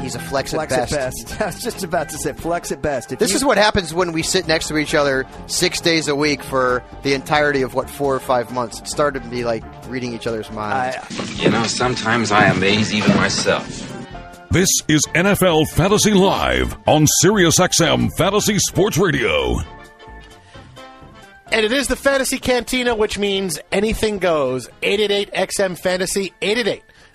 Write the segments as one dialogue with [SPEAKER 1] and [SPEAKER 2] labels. [SPEAKER 1] He's a flex,
[SPEAKER 2] Flex
[SPEAKER 1] at best.
[SPEAKER 2] I was just about to say flex at best. If
[SPEAKER 1] This
[SPEAKER 2] you-
[SPEAKER 1] is what happens when we sit next to each other six days a week for the entirety of what four or five months. It started to be like reading each other's minds.
[SPEAKER 2] I,
[SPEAKER 3] You know, sometimes I amaze even myself.
[SPEAKER 4] This is NFL Fantasy Live on SiriusXM Fantasy Sports Radio.
[SPEAKER 5] And it is the Fantasy Cantina, which means anything goes. 888-XM Fantasy,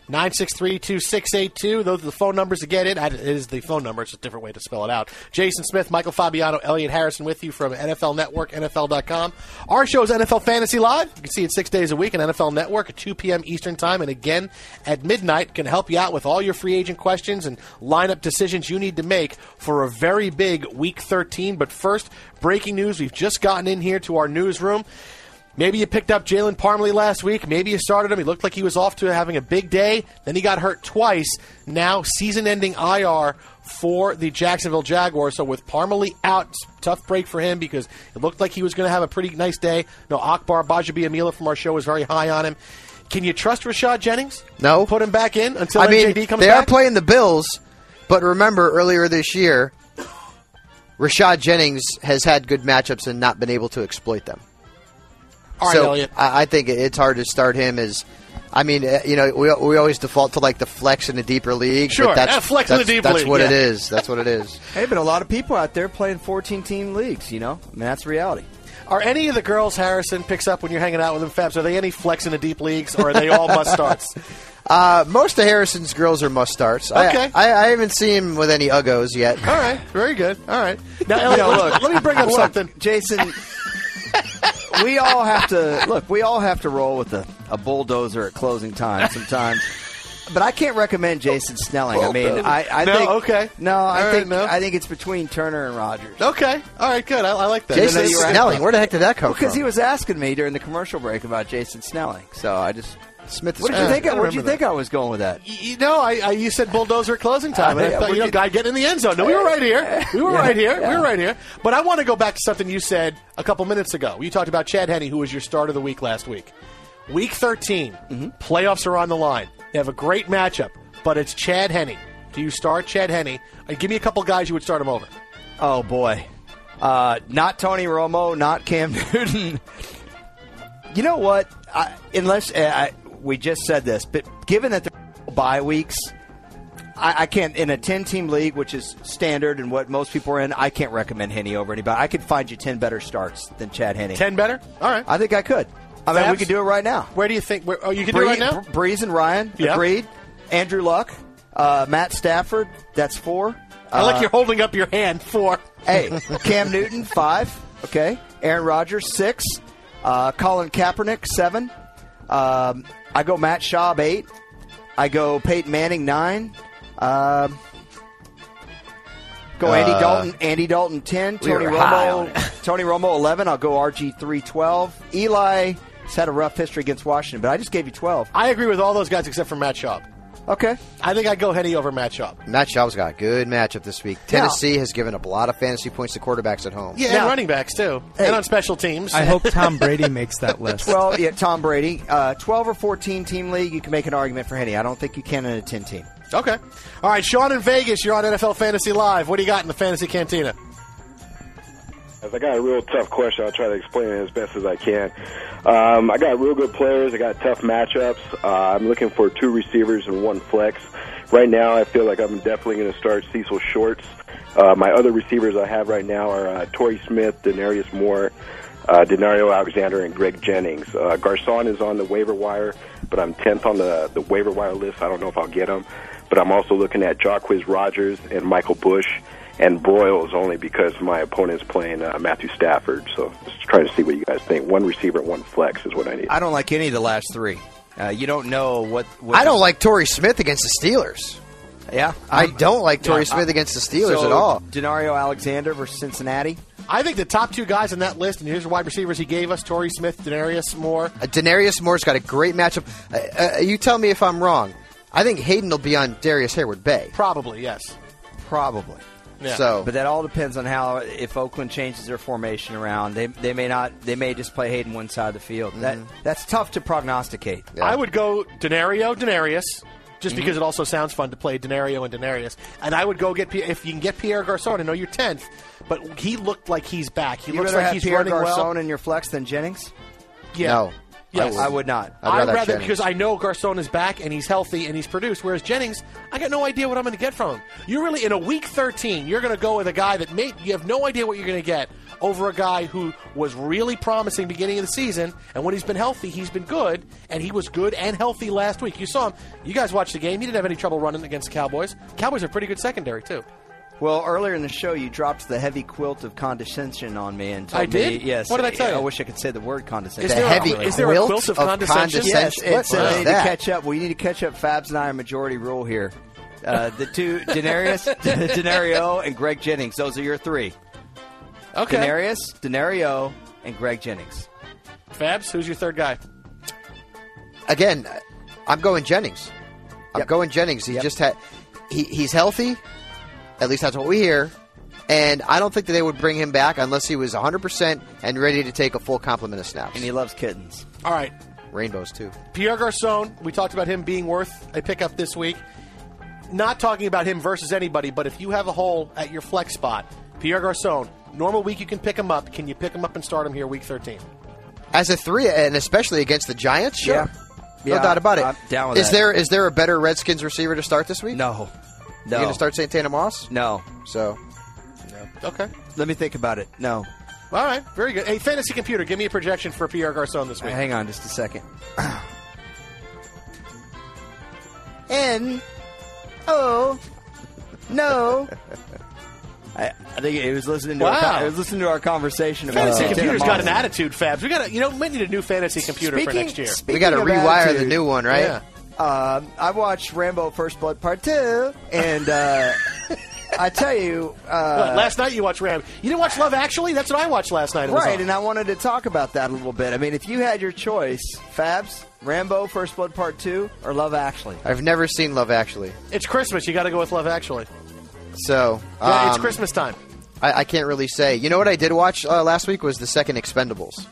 [SPEAKER 5] 888-963-2682. Those are the phone numbers to get in. It is the phone number. It's a different way to spell it out. Jason Smith, Michael Fabiano, Elliot Harrison with you from NFL Network, NFL.com. Our show is NFL Fantasy Live. You can see it six days a week on NFL Network at 2 p.m. Eastern Time. And again, at midnight, can help you out with all your free agent questions and lineup decisions you need to make for a very big Week 13. But first, breaking news. We've just gotten in here to our newsroom. Maybe you picked up Jalen Parmley last week. Maybe you started him. He looked like he was off to having a big day. Then he got hurt twice. Now season ending IR for the Jacksonville Jaguars. So with Parmley out, it's a tough break for him because it looked like he was going to have a pretty nice day. No, Akbar Bajabi Amila from our show was very high on him. Can you trust Rashad Jennings?
[SPEAKER 1] No.
[SPEAKER 5] Put him back in until
[SPEAKER 1] I mean,
[SPEAKER 5] MJD comes
[SPEAKER 1] they
[SPEAKER 5] back?
[SPEAKER 1] are playing the Bills, but remember earlier this year, Rashad Jennings has had good matchups and not been able to exploit them.
[SPEAKER 5] All right,
[SPEAKER 1] so
[SPEAKER 5] Elliot.
[SPEAKER 1] I, I think it- it's hard to start him as. I mean, uh, you know, we, we always default to like the flex in the deeper league.
[SPEAKER 5] Sure,
[SPEAKER 1] but that's,
[SPEAKER 5] that flex in the
[SPEAKER 1] that's-
[SPEAKER 5] deep
[SPEAKER 1] That's
[SPEAKER 5] league,
[SPEAKER 1] what it
[SPEAKER 5] yeah.
[SPEAKER 1] is. That's what it is.
[SPEAKER 2] hey, but a lot of people out there playing 14 team leagues, you know? I mean, that's reality.
[SPEAKER 5] Are any of the girls Harrison picks up when you're hanging out with them, Fabs? Are they any flex in the deep leagues, or are they all must starts?
[SPEAKER 1] Uh, most of Harrison's girls are must starts.
[SPEAKER 5] Okay. Oh,
[SPEAKER 1] I, I, I haven't seen him with any uggos yet.
[SPEAKER 5] All right, very good. All right. Now,
[SPEAKER 2] You
[SPEAKER 5] Elliot,
[SPEAKER 2] know,
[SPEAKER 5] let- let me bring up
[SPEAKER 2] look,
[SPEAKER 5] something.
[SPEAKER 2] Jason, we all have to look, we all have to roll with a, a bulldozer at closing time sometimes. But I can't recommend Jason Snelling. I mean, I, I
[SPEAKER 5] No,
[SPEAKER 2] think
[SPEAKER 5] okay.
[SPEAKER 2] No,
[SPEAKER 5] All
[SPEAKER 2] I
[SPEAKER 5] right,
[SPEAKER 2] think
[SPEAKER 5] no.
[SPEAKER 2] I think it's between Turner and Rogers.
[SPEAKER 5] Okay. All right, good. I, I like that.
[SPEAKER 1] Jason
[SPEAKER 2] you were asking
[SPEAKER 1] Snelling, where the heck did that come
[SPEAKER 2] Because
[SPEAKER 1] from?
[SPEAKER 2] he was asking me during the commercial break about Jason Snelling, so I just.
[SPEAKER 1] Smith. is-
[SPEAKER 2] What did you
[SPEAKER 1] uh,
[SPEAKER 2] think?
[SPEAKER 5] I
[SPEAKER 2] I, what did you
[SPEAKER 5] remember
[SPEAKER 2] think I was going with that?
[SPEAKER 5] Y- You know, I, I you said bulldozer at closing time, and I
[SPEAKER 2] Yeah,
[SPEAKER 5] thought,
[SPEAKER 2] we
[SPEAKER 5] you know,
[SPEAKER 2] did-
[SPEAKER 5] guy getting in the end zone. No, we were right here. We were right here. We were right here. But I want to go back to something you said a couple minutes ago. You talked about Chad Henney, who was your start of the week last week. Week 13, playoffs are on the line. They have a great matchup, but it's Chad Henney. Do you start Chad Henney? Uh, give me a couple guys you would start him over.
[SPEAKER 2] Oh boy, uh, not Tony Romo, not Cam Newton. you know what? I, unless uh, I, we just said this, but given that they're bye weeks, I, I can't in a ten-team league, which is standard and what most people are in. I can't recommend Henny over anybody. I could find you ten better starts than Chad Henny.
[SPEAKER 5] 10 better? All right.
[SPEAKER 2] I think I could. I mean,
[SPEAKER 5] Fabs?
[SPEAKER 2] we could do it right now.
[SPEAKER 5] Where do you think? Where, oh, you can do it right now?
[SPEAKER 2] Bree- Breeze and Ryan
[SPEAKER 5] Yeah.
[SPEAKER 2] agreed. Andrew Luck, uh, Matt Stafford. That's four.
[SPEAKER 5] I
[SPEAKER 2] Uh,
[SPEAKER 5] like you're holding up your hand for.
[SPEAKER 2] Hey, Cam Newton, five. Okay. Aaron Rodgers, six. Uh, Colin Kaepernick, seven. Um, I go Matt Schaub, eight. I go Peyton Manning, nine. Um, go Andy Dalton, Andy Dalton, 10. Tony
[SPEAKER 1] Uh, were high on it.
[SPEAKER 2] Romo, Tony Romo, 11. I'll go RG3, 12. Eli has had a rough history against Washington, but I just gave you 12.
[SPEAKER 5] I agree with all those guys except for Matt Schaub.
[SPEAKER 2] Okay.
[SPEAKER 5] I think I'd go Henny over Matt Schaub.
[SPEAKER 1] Matt Schaub's got a good matchup this week. Tennessee has given up a lot of fantasy points to quarterbacks at home.
[SPEAKER 5] Yeah, and
[SPEAKER 2] Now-
[SPEAKER 5] running backs too, and on special teams.
[SPEAKER 6] I hope Tom Brady makes that list.
[SPEAKER 2] Well, yeah, Tom Brady. Uh, 12 or 14 team league, you can make an argument for Henny. I don't think you can in a 10 team.
[SPEAKER 5] okay, all right, Sean in Vegas, you're on NFL Fantasy Live. What do you got in the fantasy cantina?
[SPEAKER 7] guys. I got a real tough question. I'll try to explain it as best as I can. Um, I got real good players. I got tough matchups. Uh, I'm looking for two receivers and one flex. Right now, I feel like I'm definitely going to start Cecil Shorts. Uh, my other receivers I have right now are uh, Torrey Smith, Denarius Moore, uh, Denario Alexander, and Greg Jennings. Uh, Garcon is on the waiver wire, but I'm 10th on the, the waiver wire list. I don't know if I'll get him. But I'm also looking at Jacquez Rogers and Michael Bush and Broyles only because my opponent's playing uh, Matthew Stafford. So just trying to see what you guys think. One receiver, one flex is what I need.
[SPEAKER 8] I don't like any of the last three. Uh, you don't know what. what
[SPEAKER 1] I don't like Torrey Smith against the Steelers.
[SPEAKER 8] Yeah,
[SPEAKER 1] I don't like Torrey Smith against the Steelers at all.
[SPEAKER 8] Denario Alexander versus Cincinnati.
[SPEAKER 5] I think the top two guys on that list, and here's the wide receivers he gave us: Torrey Smith, Denarius Moore.
[SPEAKER 1] Uh, Denarius Moore's got a great matchup. Uh, uh, you tell me if I'm wrong. I think Hayden will be on Darius Hayward Bay,
[SPEAKER 5] Probably yes.
[SPEAKER 1] probably.
[SPEAKER 5] Yeah.
[SPEAKER 1] So,
[SPEAKER 2] But that all depends on how if Oakland changes their formation around. They, they may not. They may just play Hayden one side of the field. That that's tough to prognosticate.
[SPEAKER 1] Yeah.
[SPEAKER 5] I would go Denario, Denarius, just
[SPEAKER 2] Mm-hmm.
[SPEAKER 5] because it also sounds fun to play Denario and Denarius. And I would go get Pierre, if you can get Pierre Garcon. I know you're tenth, but he looked like he's back. He
[SPEAKER 2] You
[SPEAKER 5] looks
[SPEAKER 2] rather
[SPEAKER 5] like
[SPEAKER 2] have
[SPEAKER 5] he's
[SPEAKER 2] Pierre
[SPEAKER 5] running
[SPEAKER 2] Garcon
[SPEAKER 5] well.
[SPEAKER 2] in your flex than Jennings.
[SPEAKER 5] Yeah.
[SPEAKER 1] no,
[SPEAKER 5] Yes.
[SPEAKER 2] I would not.
[SPEAKER 1] I'd rather
[SPEAKER 5] I'd
[SPEAKER 1] have
[SPEAKER 5] rather
[SPEAKER 1] Jennings.
[SPEAKER 5] because I know Garcon is back and he's healthy and he's produced. Whereas Jennings, I got no idea what I'm going to get from him. You're really in a week 13. You're going to go with a guy that may you have no idea what you're going to get over a guy who was really promising beginning of the season. And when he's been healthy, he's been good. And he was good and healthy last week. You saw him. You guys watched the game. He didn't have any trouble running against the Cowboys. Cowboys are pretty good secondary too.
[SPEAKER 2] Well, earlier in the show, you dropped the heavy quilt of condescension on me and told
[SPEAKER 5] I did?
[SPEAKER 2] me, yes.
[SPEAKER 5] What did I tell you?
[SPEAKER 2] I wish I could say the word condescension.
[SPEAKER 1] the
[SPEAKER 5] there a-
[SPEAKER 1] heavy
[SPEAKER 5] is there a
[SPEAKER 1] quilt,
[SPEAKER 5] quilt of
[SPEAKER 1] of
[SPEAKER 5] condescension?
[SPEAKER 2] Yes,
[SPEAKER 1] condescension.
[SPEAKER 2] let's
[SPEAKER 1] What
[SPEAKER 2] we
[SPEAKER 1] is
[SPEAKER 2] need
[SPEAKER 1] that?
[SPEAKER 2] to catch up. We need to catch up. Fabs and I are majority rule here. Uh, the two Denarius, Denario, and Greg Jennings. Those are your three.
[SPEAKER 5] Okay.
[SPEAKER 2] Denarius, Denario, and Greg Jennings.
[SPEAKER 5] Fabs, who's your third guy?
[SPEAKER 1] again, I'm going Jennings. I'm going Jennings. He just had he, he's healthy. At least that's what we hear. And I don't think that they would bring him back unless he was 100% and ready to take a full complement of snaps.
[SPEAKER 2] And he loves kittens.
[SPEAKER 5] All right.
[SPEAKER 1] Rainbows too.
[SPEAKER 5] Pierre Garcon, we talked about him being worth a pickup this week. Not talking about him versus anybody, but if you have a hole at your flex spot, Pierre Garcon, normal week you can pick him up. Can you pick him up and start him here week 13?
[SPEAKER 1] As a 3 and especially against the Giants, sure.
[SPEAKER 2] Yeah.
[SPEAKER 1] No
[SPEAKER 2] Yeah,
[SPEAKER 1] doubt about it. Is
[SPEAKER 2] I'm down with that.
[SPEAKER 1] there is there a better Redskins receiver to start this week?
[SPEAKER 2] No.
[SPEAKER 1] You're
[SPEAKER 2] No.
[SPEAKER 1] going to start Santana Moss?
[SPEAKER 2] No.
[SPEAKER 1] So,
[SPEAKER 5] Okay.
[SPEAKER 2] Let me think about it. No.
[SPEAKER 5] All right. Very good. Hey, Fantasy Computer, give me a projection for Pierre Garcon this week.
[SPEAKER 2] Hang on just a second. N O no. I, I think it was listening to our,
[SPEAKER 5] Wow.
[SPEAKER 2] con- it was listening to our conversation about
[SPEAKER 5] Fantasy
[SPEAKER 2] Santana
[SPEAKER 5] Computer's got an
[SPEAKER 2] Moss.
[SPEAKER 5] attitude, Fabs. We got to, you know, we need a new fantasy computer for
[SPEAKER 2] Speaking-
[SPEAKER 5] next year.
[SPEAKER 2] speaking
[SPEAKER 1] we got to
[SPEAKER 2] of
[SPEAKER 1] rewire the
[SPEAKER 2] attitude,
[SPEAKER 1] new one, right?
[SPEAKER 5] Yeah.
[SPEAKER 2] Um, I watched Rambo: First Blood Part Two, and uh, I tell you,
[SPEAKER 5] What,
[SPEAKER 2] uh,
[SPEAKER 5] last night you watched Ram. You didn't watch Love Actually? That's what I watched last night. It was
[SPEAKER 2] right?
[SPEAKER 5] on.
[SPEAKER 2] And I wanted to talk about that a little bit. I mean, if you had your choice, Fabs, Rambo: First Blood Part Two, or Love Actually,
[SPEAKER 1] I've never seen Love Actually.
[SPEAKER 5] it's Christmas. You got to go with Love Actually.
[SPEAKER 1] So,
[SPEAKER 5] Yeah, it's
[SPEAKER 1] um,
[SPEAKER 5] Christmas time.
[SPEAKER 1] I, I can't really say. You know what I did watch uh, last week was the second Expendables.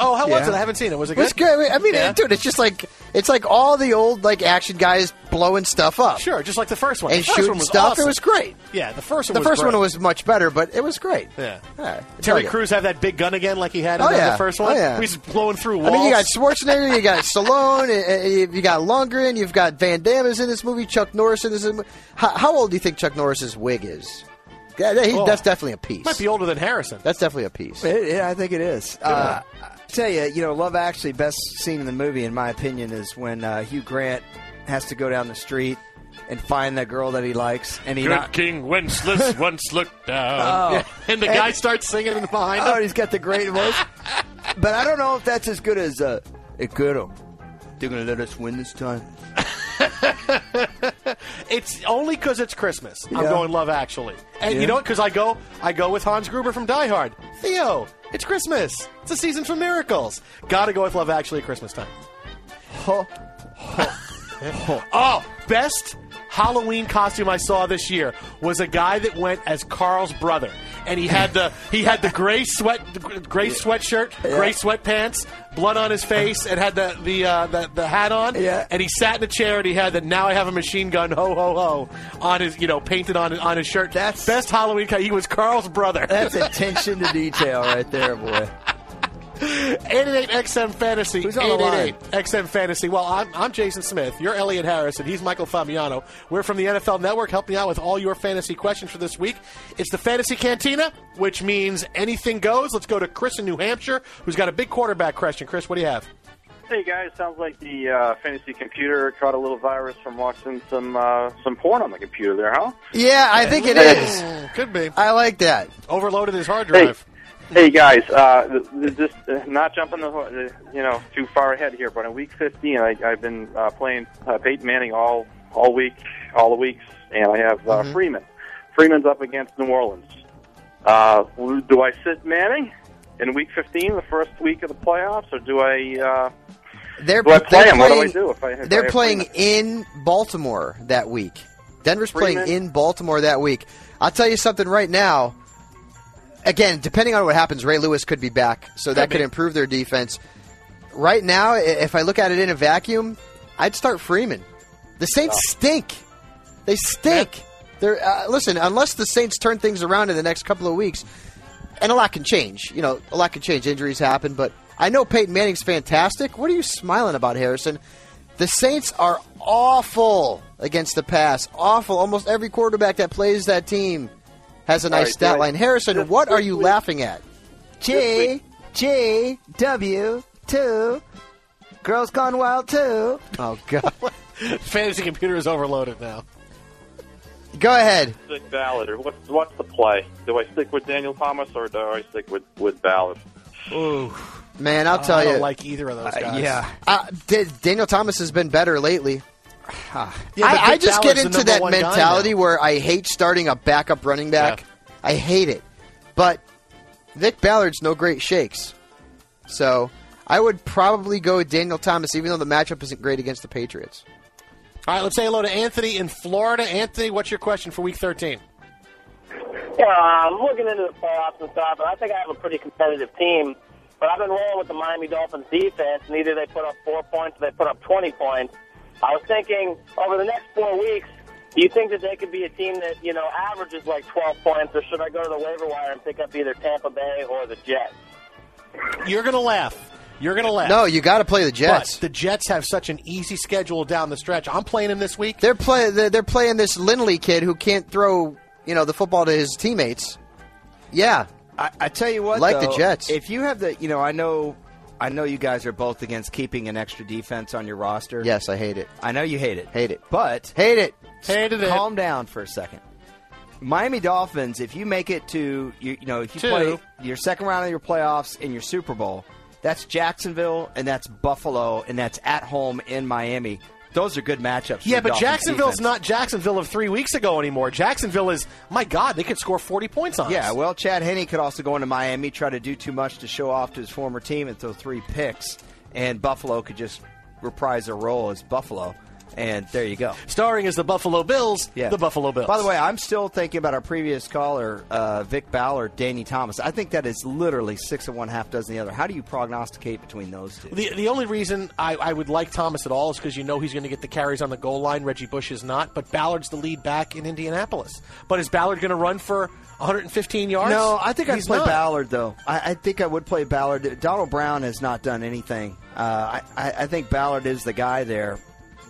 [SPEAKER 5] Oh, how was
[SPEAKER 2] yeah.
[SPEAKER 5] it? I haven't seen it. Was it
[SPEAKER 1] It was good. I mean, dude, it's just like it's like all the old like action guys blowing stuff up
[SPEAKER 5] Sure, just like the first one.
[SPEAKER 1] and
[SPEAKER 5] the first
[SPEAKER 1] shooting
[SPEAKER 5] one was
[SPEAKER 1] stuff.
[SPEAKER 5] Awesome.
[SPEAKER 1] It was great.
[SPEAKER 5] yeah, the first one.
[SPEAKER 1] The
[SPEAKER 5] was
[SPEAKER 1] first
[SPEAKER 5] great.
[SPEAKER 1] one was much better, but it was great.
[SPEAKER 5] yeah.
[SPEAKER 1] Yeah, it's
[SPEAKER 5] Terry
[SPEAKER 1] like-
[SPEAKER 5] Crews have that big gun again, like he had in
[SPEAKER 1] Oh,
[SPEAKER 5] the-
[SPEAKER 1] yeah.
[SPEAKER 5] the first
[SPEAKER 1] Oh,
[SPEAKER 5] one.
[SPEAKER 1] yeah.
[SPEAKER 5] He's blowing through
[SPEAKER 1] I
[SPEAKER 5] walls.
[SPEAKER 1] mean, you got Schwarzenegger, you got Stallone, uh, uh, you got Lundgren, you've got Van Damme is in this movie, Chuck Norris in this movie. How, how old do you think Chuck Norris's wig is? Yeah, that- he-
[SPEAKER 5] Oh.
[SPEAKER 1] that's definitely a piece.
[SPEAKER 5] might be older than Harrison.
[SPEAKER 1] That's definitely a piece.
[SPEAKER 2] It, yeah, I think it is. Uh, I tell you, you know, Love Actually, best scene in the movie, in my opinion, is when uh, Hugh Grant has to go down the street and find the girl that he likes, and he not,
[SPEAKER 5] King Wenceslas once looked
[SPEAKER 2] Oh.
[SPEAKER 5] down, and the guy starts singing in behind
[SPEAKER 2] oh,
[SPEAKER 5] him.
[SPEAKER 2] he's got the great voice. but I don't know if that's as good as uh, it could. have. They're gonna let us win this time.
[SPEAKER 5] It's only because it's Christmas. I'm
[SPEAKER 2] Yeah.
[SPEAKER 5] going Love Actually, and you
[SPEAKER 2] Yeah.
[SPEAKER 5] know what? Because I go, I go with Hans Gruber from Die Hard. Theo, it's Christmas. It's a season for miracles. Got to go with Love Actually at Christmas time.
[SPEAKER 2] Huh.
[SPEAKER 5] Oh, best Halloween costume I saw this year was a guy that went as Carl's brother. and he had the he had the gray sweat the gr- gray sweatshirt, gray sweatpants, blood on his face, and had the the uh, the, the hat on.
[SPEAKER 2] Yeah.
[SPEAKER 5] And he sat in a chair and he had the now I have a machine gun ho ho ho on his you know painted on on his shirt.
[SPEAKER 2] That's-
[SPEAKER 5] best Halloween. co- He was Carl's brother.
[SPEAKER 2] That's attention to detail right there, boy.
[SPEAKER 5] 88 XM Fantasy.
[SPEAKER 2] Who's on the line?
[SPEAKER 5] 888 XM Fantasy. Well, I'm, I'm Jason Smith. You're Elliot Harris, and he's Michael Fabiano. We're from the NFL Network, helping out with all your fantasy questions for this week. It's the Fantasy Cantina, which means anything goes. Let's go to Chris in New Hampshire, who's got a big quarterback question. Chris, what do you have?
[SPEAKER 9] Hey guys, sounds like the uh, fantasy computer caught a little virus from watching some uh, some porn on the computer there, huh?
[SPEAKER 1] Yeah, I think it is. Uh,
[SPEAKER 5] Could be.
[SPEAKER 1] I like that.
[SPEAKER 5] Overloaded his hard drive.
[SPEAKER 9] Hey guys, uh, th- th- just uh, not jumping the ho- the- you know too far ahead here, but in week 15, I, I've been uh, playing uh, Peyton Manning all all week, all the weeks, and I have
[SPEAKER 1] Mm-hmm.
[SPEAKER 9] uh, Freeman. Freeman's up against New Orleans. Uh, do I sit Manning in week 15, the first week of the playoffs, or do I? Uh,
[SPEAKER 1] They're,
[SPEAKER 9] Do I play
[SPEAKER 1] they're
[SPEAKER 9] him? What do I
[SPEAKER 1] playing-
[SPEAKER 9] do if I- if I
[SPEAKER 1] they're
[SPEAKER 9] have
[SPEAKER 1] playing
[SPEAKER 9] Freeman?
[SPEAKER 1] in Baltimore that week. Denver's playing
[SPEAKER 9] Freeman?
[SPEAKER 1] in Baltimore that week. I'll tell you something right now. Again, depending on what happens, Ray Lewis could be back, so that could improve their defense. Right now, i- if I look at it in a vacuum, I'd start Freeman. The Saints
[SPEAKER 9] Oh.
[SPEAKER 1] stink. They stink. They're uh, listen. Unless the Saints turn things around in the next couple of weeks, and a lot can change. You know, a lot can change. Injuries happen, but I know Peyton Manning's fantastic. What are you smiling about, Harrison? The Saints are awful against the pass. Awful. Almost every quarterback that plays that team has a nice
[SPEAKER 9] right,
[SPEAKER 1] stat
[SPEAKER 9] guys.
[SPEAKER 1] line. Harrison,
[SPEAKER 9] Just
[SPEAKER 1] what are you
[SPEAKER 9] quickly-
[SPEAKER 1] laughing at?
[SPEAKER 2] J J W two. Girls Gone Wild two.
[SPEAKER 1] Oh God!
[SPEAKER 5] Fantasy computer is overloaded now.
[SPEAKER 1] Go ahead.
[SPEAKER 9] stick Ballard, or what's what's the play? Do I stick with Daniel Thomas or do I stick with with Ballard?
[SPEAKER 1] Man, I'll tell
[SPEAKER 5] Uh, I
[SPEAKER 1] you.
[SPEAKER 5] don't like either of those guys.
[SPEAKER 2] yeah.
[SPEAKER 1] Oh, uh, D- Daniel Thomas has been better lately.
[SPEAKER 5] Yeah, but
[SPEAKER 1] I, I
[SPEAKER 5] Dick
[SPEAKER 1] just
[SPEAKER 5] Ballard's
[SPEAKER 1] get into
[SPEAKER 5] the number
[SPEAKER 1] that
[SPEAKER 5] one guy now.
[SPEAKER 1] mentality where I hate starting a backup running back.
[SPEAKER 5] Yeah.
[SPEAKER 1] I hate it. But Nick Ballard's no great shakes. So I would probably go with Daniel Thomas, even though the matchup isn't great against the Patriots.
[SPEAKER 5] All right, let's say hello to Anthony in Florida. Anthony, what's your question for week 13?
[SPEAKER 9] Yeah, I'm looking into the playoffs and stuff, and I think I have a pretty competitive team. But I've been rolling with the Miami Dolphins defense, and either they put up four points or they put up 20 points. I was thinking over the next four weeks, do you think that they could be a team that, you know, averages like 12 points, or should I go to the waiver wire and pick up either Tampa Bay or the Jets?
[SPEAKER 5] You're going to laugh. You're going to laugh.
[SPEAKER 1] No, you got to play the
[SPEAKER 5] But
[SPEAKER 1] Jets.
[SPEAKER 5] the Jets have such an easy schedule down the stretch. I'm playing them this week.
[SPEAKER 1] they're play they're, they're playing this Lindley kid who can't throw you know the football to his teammates. Yeah,
[SPEAKER 2] I, I tell you what,
[SPEAKER 1] Like the
[SPEAKER 2] though,
[SPEAKER 1] Jets.
[SPEAKER 2] If you have the, you know, I know, I know you guys are both against keeping an extra defense on your roster.
[SPEAKER 1] yes, I hate it.
[SPEAKER 2] I know you hate it.
[SPEAKER 1] Hate it.
[SPEAKER 2] But
[SPEAKER 1] Hate it.
[SPEAKER 5] Hated it.
[SPEAKER 2] calm down for a second. Miami Dolphins, if you make it to you, you know if you
[SPEAKER 5] Two.
[SPEAKER 2] play your second round of your playoffs and your Super Bowl, that's Jacksonville and that's Buffalo and that's at home in Miami. Those are good matchups. for
[SPEAKER 5] Yeah,
[SPEAKER 2] the
[SPEAKER 5] but
[SPEAKER 2] Dolphins
[SPEAKER 5] Jacksonville's
[SPEAKER 2] defense.
[SPEAKER 5] not Jacksonville of three weeks ago anymore. Jacksonville is, my God, they could score 40 points on
[SPEAKER 2] Yeah,
[SPEAKER 5] us.
[SPEAKER 2] well, Chad Henney could also go into Miami, try to do too much to show off to his former team and throw three picks, and Buffalo could just reprise their role as Buffalo, and there you go.
[SPEAKER 5] Starring as the Buffalo Bills,
[SPEAKER 2] Yeah.
[SPEAKER 5] the Buffalo Bills.
[SPEAKER 2] By the way, I'm still thinking about our previous caller, uh, Vic Ballard, Danny Thomas. I think that is literally six and one half dozen the other. How do you prognosticate between those two?
[SPEAKER 5] the, the only reason I, I would like Thomas at all is because you know he's going to get the carries on the goal line. Reggie Bush is not, but Ballard's the lead back in Indianapolis. But is Ballard going to run for 115 yards?
[SPEAKER 2] no, I think I'd
[SPEAKER 5] He's
[SPEAKER 2] play
[SPEAKER 5] not.
[SPEAKER 2] Ballard though. I, I think I would play Ballard. Donald Brown has not done anything. Uh, I, I I think Ballard is the guy there.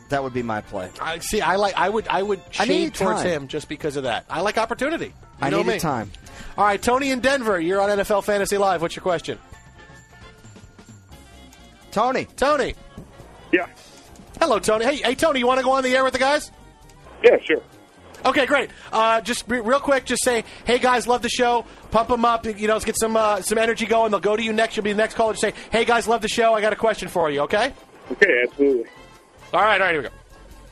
[SPEAKER 2] That would be my play.
[SPEAKER 5] I see. I like. I would. I would
[SPEAKER 2] I
[SPEAKER 5] shade
[SPEAKER 2] need
[SPEAKER 5] towards
[SPEAKER 2] time.
[SPEAKER 5] him just because of that. I like opportunity. You
[SPEAKER 2] I
[SPEAKER 5] know
[SPEAKER 2] needed
[SPEAKER 5] me.
[SPEAKER 2] time.
[SPEAKER 5] All right, Tony in Denver, you're on NFL Fantasy Live. What's your question,
[SPEAKER 2] Tony.
[SPEAKER 5] Tony?
[SPEAKER 7] Yeah.
[SPEAKER 5] Hello, Tony. Hey, hey, Tony. You want to go on the air with the guys?
[SPEAKER 7] Yeah, sure.
[SPEAKER 5] Okay, great. Uh, just re- real quick, just say, hey guys, love the show. Pump them up. You know, let's get some uh, some energy going. They'll go to you next. You'll be the next caller. Just say, hey guys, love the show. I got a question for you. Okay.
[SPEAKER 7] Okay, absolutely.
[SPEAKER 5] All right. All right. Here we go.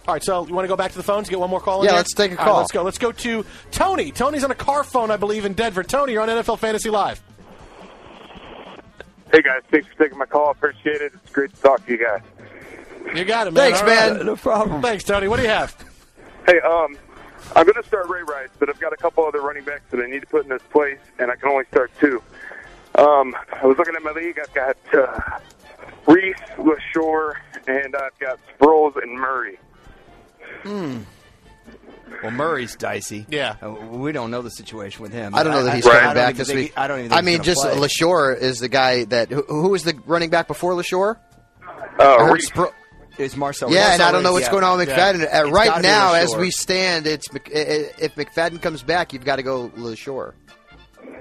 [SPEAKER 5] All right, so you want to go back to the phones, get one more call in?
[SPEAKER 1] Yeah,
[SPEAKER 5] here?
[SPEAKER 1] let's take a
[SPEAKER 5] All right,
[SPEAKER 1] call.
[SPEAKER 5] let's go. Let's go to Tony. Tony's on a car phone, I believe, in Denver. Tony, you're on NFL Fantasy Live.
[SPEAKER 7] Hey guys, thanks for taking my call. Appreciate it. It's great to talk to you guys.
[SPEAKER 5] You got it, man.
[SPEAKER 1] Thanks,
[SPEAKER 5] All right.
[SPEAKER 1] man.
[SPEAKER 2] No problem.
[SPEAKER 5] Thanks, Tony. What do you have?
[SPEAKER 7] Hey, um,
[SPEAKER 10] I'm going to start Ray Rice, but I've got a couple other running backs that I need to put in this place, and I can only start two. Um, I was looking at my league. I've got uh, Reese, LaShore, and I've got Sproles and Murray.
[SPEAKER 2] Hmm. Well, Murray's dicey. Uh,
[SPEAKER 5] Yeah,
[SPEAKER 2] we don't know the situation with him.
[SPEAKER 1] I don't know that he's
[SPEAKER 2] I- I
[SPEAKER 1] coming
[SPEAKER 2] don't
[SPEAKER 1] back
[SPEAKER 2] even
[SPEAKER 1] this
[SPEAKER 2] think
[SPEAKER 1] week.
[SPEAKER 2] he- I don't even.
[SPEAKER 1] I
[SPEAKER 2] Think he's
[SPEAKER 1] mean,
[SPEAKER 2] gonna
[SPEAKER 1] just
[SPEAKER 2] play.
[SPEAKER 1] Lashore is the guy that who, who was the running back before Lashore.
[SPEAKER 10] Uh,
[SPEAKER 2] Reese. It's Marcel.
[SPEAKER 1] yeah, and
[SPEAKER 2] Marcel
[SPEAKER 1] I don't know
[SPEAKER 2] Reese,
[SPEAKER 1] what's
[SPEAKER 2] yeah.
[SPEAKER 1] going on with
[SPEAKER 2] Yeah.
[SPEAKER 1] McFadden. Uh,
[SPEAKER 2] It's
[SPEAKER 1] right
[SPEAKER 2] gotta be
[SPEAKER 1] now, as
[SPEAKER 2] LaShore.
[SPEAKER 1] we stand, it's Mc- i- i- if McFadden comes back, you've got to go Lashore.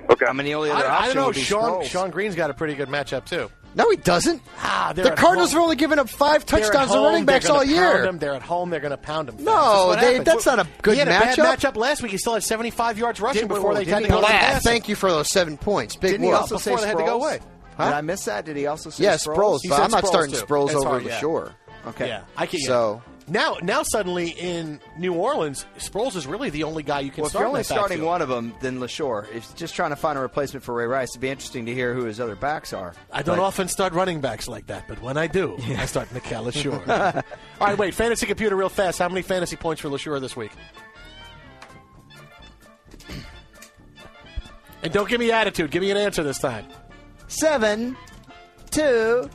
[SPEAKER 10] Okay.
[SPEAKER 2] I mean, the only
[SPEAKER 5] I,
[SPEAKER 2] other
[SPEAKER 5] I
[SPEAKER 2] option
[SPEAKER 5] don't know.
[SPEAKER 2] would be
[SPEAKER 5] Sean
[SPEAKER 2] Sproles.
[SPEAKER 5] Sean Green's got a pretty good matchup too.
[SPEAKER 1] No, he doesn't.
[SPEAKER 5] Ah, they're
[SPEAKER 1] The
[SPEAKER 5] at
[SPEAKER 1] Cardinals
[SPEAKER 5] home.
[SPEAKER 1] have only given up five
[SPEAKER 5] They're at
[SPEAKER 1] touchdowns to
[SPEAKER 5] home,
[SPEAKER 1] running
[SPEAKER 5] they're
[SPEAKER 1] backs
[SPEAKER 5] gonna
[SPEAKER 1] all year.
[SPEAKER 5] pound 'em, They're at home. They're going to pound them.
[SPEAKER 1] No, they- that's not a good
[SPEAKER 5] he had A
[SPEAKER 1] matchup.
[SPEAKER 5] bad matchup last week. He still had 75 yards rushing
[SPEAKER 2] Did-
[SPEAKER 5] before
[SPEAKER 2] whoa,
[SPEAKER 5] they
[SPEAKER 2] didn't
[SPEAKER 5] had
[SPEAKER 2] he
[SPEAKER 5] to go to the
[SPEAKER 2] blast?
[SPEAKER 5] basket.
[SPEAKER 1] Thank you for those seven points. Big
[SPEAKER 2] Didn't he
[SPEAKER 1] whoop.
[SPEAKER 2] also say
[SPEAKER 5] Before they had to go
[SPEAKER 2] Sproles?
[SPEAKER 5] away.
[SPEAKER 1] Huh?
[SPEAKER 2] Did I miss that? Did he also say
[SPEAKER 1] yeah,
[SPEAKER 2] Sproles?
[SPEAKER 1] Sproles, but I'm not
[SPEAKER 5] Sproles,
[SPEAKER 1] starting
[SPEAKER 5] too.
[SPEAKER 1] Sproles
[SPEAKER 5] It's
[SPEAKER 1] over
[SPEAKER 5] hard, yeah.
[SPEAKER 1] Lashore.
[SPEAKER 2] Okay.
[SPEAKER 5] Yeah, I can't.
[SPEAKER 1] So-
[SPEAKER 5] now, now suddenly in New Orleans, Sproles is really the only guy you can
[SPEAKER 2] Well, if
[SPEAKER 5] start.
[SPEAKER 2] you're only
[SPEAKER 5] in that
[SPEAKER 2] starting
[SPEAKER 5] backfield.
[SPEAKER 2] one of them, then LaShore. It's just trying to find a replacement for Ray Rice. It'd be interesting to hear who his other backs are.
[SPEAKER 5] I don't
[SPEAKER 2] But-
[SPEAKER 5] often start running backs like that, but when I do, I start Nikhil LaShore. All right, wait, fantasy computer real fast. How many fantasy points for LaShore this week? And don't give me attitude. Give me an answer this time.
[SPEAKER 2] seven, two,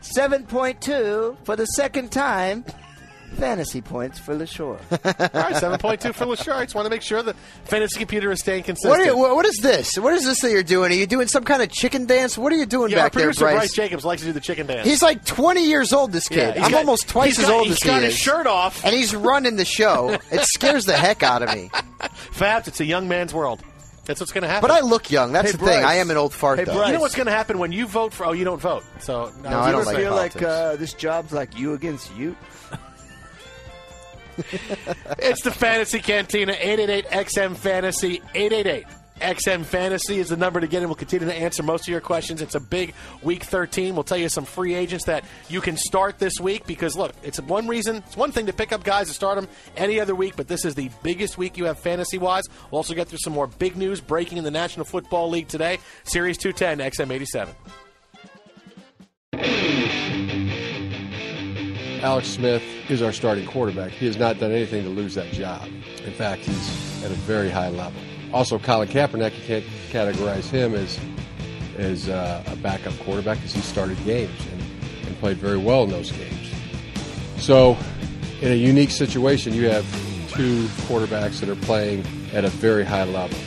[SPEAKER 2] seven point two for the second time. Fantasy points for LaShore.
[SPEAKER 5] All right, 7.2 for LaShore. I just want to make sure the fantasy computer is staying consistent.
[SPEAKER 1] What, are you, what what is this? What is this that you're doing? Are you doing some kind of chicken dance? What are you doing
[SPEAKER 5] yeah, our
[SPEAKER 1] back there,
[SPEAKER 5] producer
[SPEAKER 1] Bryce?
[SPEAKER 5] Bryce Jacobs likes to do the chicken dance.
[SPEAKER 1] He's like 20 years old. This
[SPEAKER 5] Yeah,
[SPEAKER 1] kid.
[SPEAKER 5] he's
[SPEAKER 1] I'm
[SPEAKER 5] got-
[SPEAKER 1] almost twice
[SPEAKER 5] he's
[SPEAKER 1] as
[SPEAKER 5] got-
[SPEAKER 1] old
[SPEAKER 5] he's
[SPEAKER 1] as
[SPEAKER 5] got
[SPEAKER 1] he
[SPEAKER 5] his
[SPEAKER 1] is.
[SPEAKER 5] shirt off.
[SPEAKER 1] and he's running the show. It scares the heck out of me.
[SPEAKER 5] Fabs, it's a young man's world. That's what's going to happen.
[SPEAKER 1] But I look young. That's
[SPEAKER 2] Hey,
[SPEAKER 1] the
[SPEAKER 2] Bryce.
[SPEAKER 1] thing. I am an old fart.
[SPEAKER 2] Hey,
[SPEAKER 1] though.
[SPEAKER 2] Bryce.
[SPEAKER 5] You know what's going to happen when you vote for? Oh, you don't vote. So
[SPEAKER 1] No, I
[SPEAKER 2] you
[SPEAKER 1] don't
[SPEAKER 2] ever
[SPEAKER 1] like
[SPEAKER 2] feel
[SPEAKER 1] politics.
[SPEAKER 2] like uh, this job's like you against you?
[SPEAKER 5] It's the Fantasy Cantina, 888-XM Fantasy, 888-XM Fantasy is the number to get in. We'll continue to answer most of your questions. It's a big week 13. We'll tell you some free agents that you can start this week because, look, it's one reason, it's one thing to pick up guys to start them any other week, but this is the biggest week you have fantasy-wise. We'll also get through some more big news breaking in the National Football League today. Series 210, XM 87.
[SPEAKER 11] Alex Smith is our starting quarterback. He has not done anything to lose that job. In fact, he's at a very high level. Also, Colin Kaepernick, you can't categorize him as as uh, a backup quarterback because he started games and, and played very well in those games. So, in a unique situation, you have two quarterbacks that are playing at a very high level.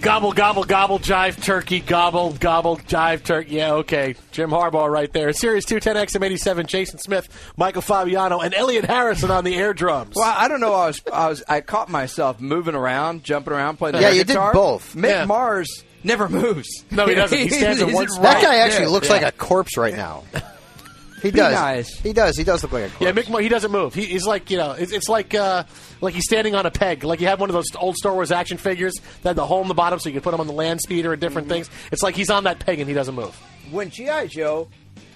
[SPEAKER 5] Gobble, gobble, gobble, jive turkey, gobble, gobble, jive turkey. Yeah, okay. Jim Harbaugh right there. Series 210 XM87, Jason Smith, Michael Fabiano, and Elliot Harrison on the air drums.
[SPEAKER 2] Well, I don't know. I was, I was, I caught myself moving around, jumping around, playing. the
[SPEAKER 1] Yeah,
[SPEAKER 2] air
[SPEAKER 1] you did
[SPEAKER 2] guitar.
[SPEAKER 1] both.
[SPEAKER 2] Mick
[SPEAKER 5] Yeah.
[SPEAKER 2] Mars never moves.
[SPEAKER 5] No, he doesn't. He stands in
[SPEAKER 2] He's
[SPEAKER 5] one
[SPEAKER 2] right
[SPEAKER 1] That guy actually
[SPEAKER 2] there.
[SPEAKER 1] looks
[SPEAKER 2] Yeah.
[SPEAKER 1] like a corpse right now. He does.
[SPEAKER 2] nice.
[SPEAKER 1] He does. He does look like a corpse.
[SPEAKER 5] yeah, Mick Moore, he doesn't move. He, he's like, you know, it's, it's like uh, like he's standing on a peg. Like you have one of those old Star Wars action figures that had the hole in the bottom so you can put him on the land speeder and different things. It's like he's on that peg and he doesn't move.
[SPEAKER 2] when GI Joe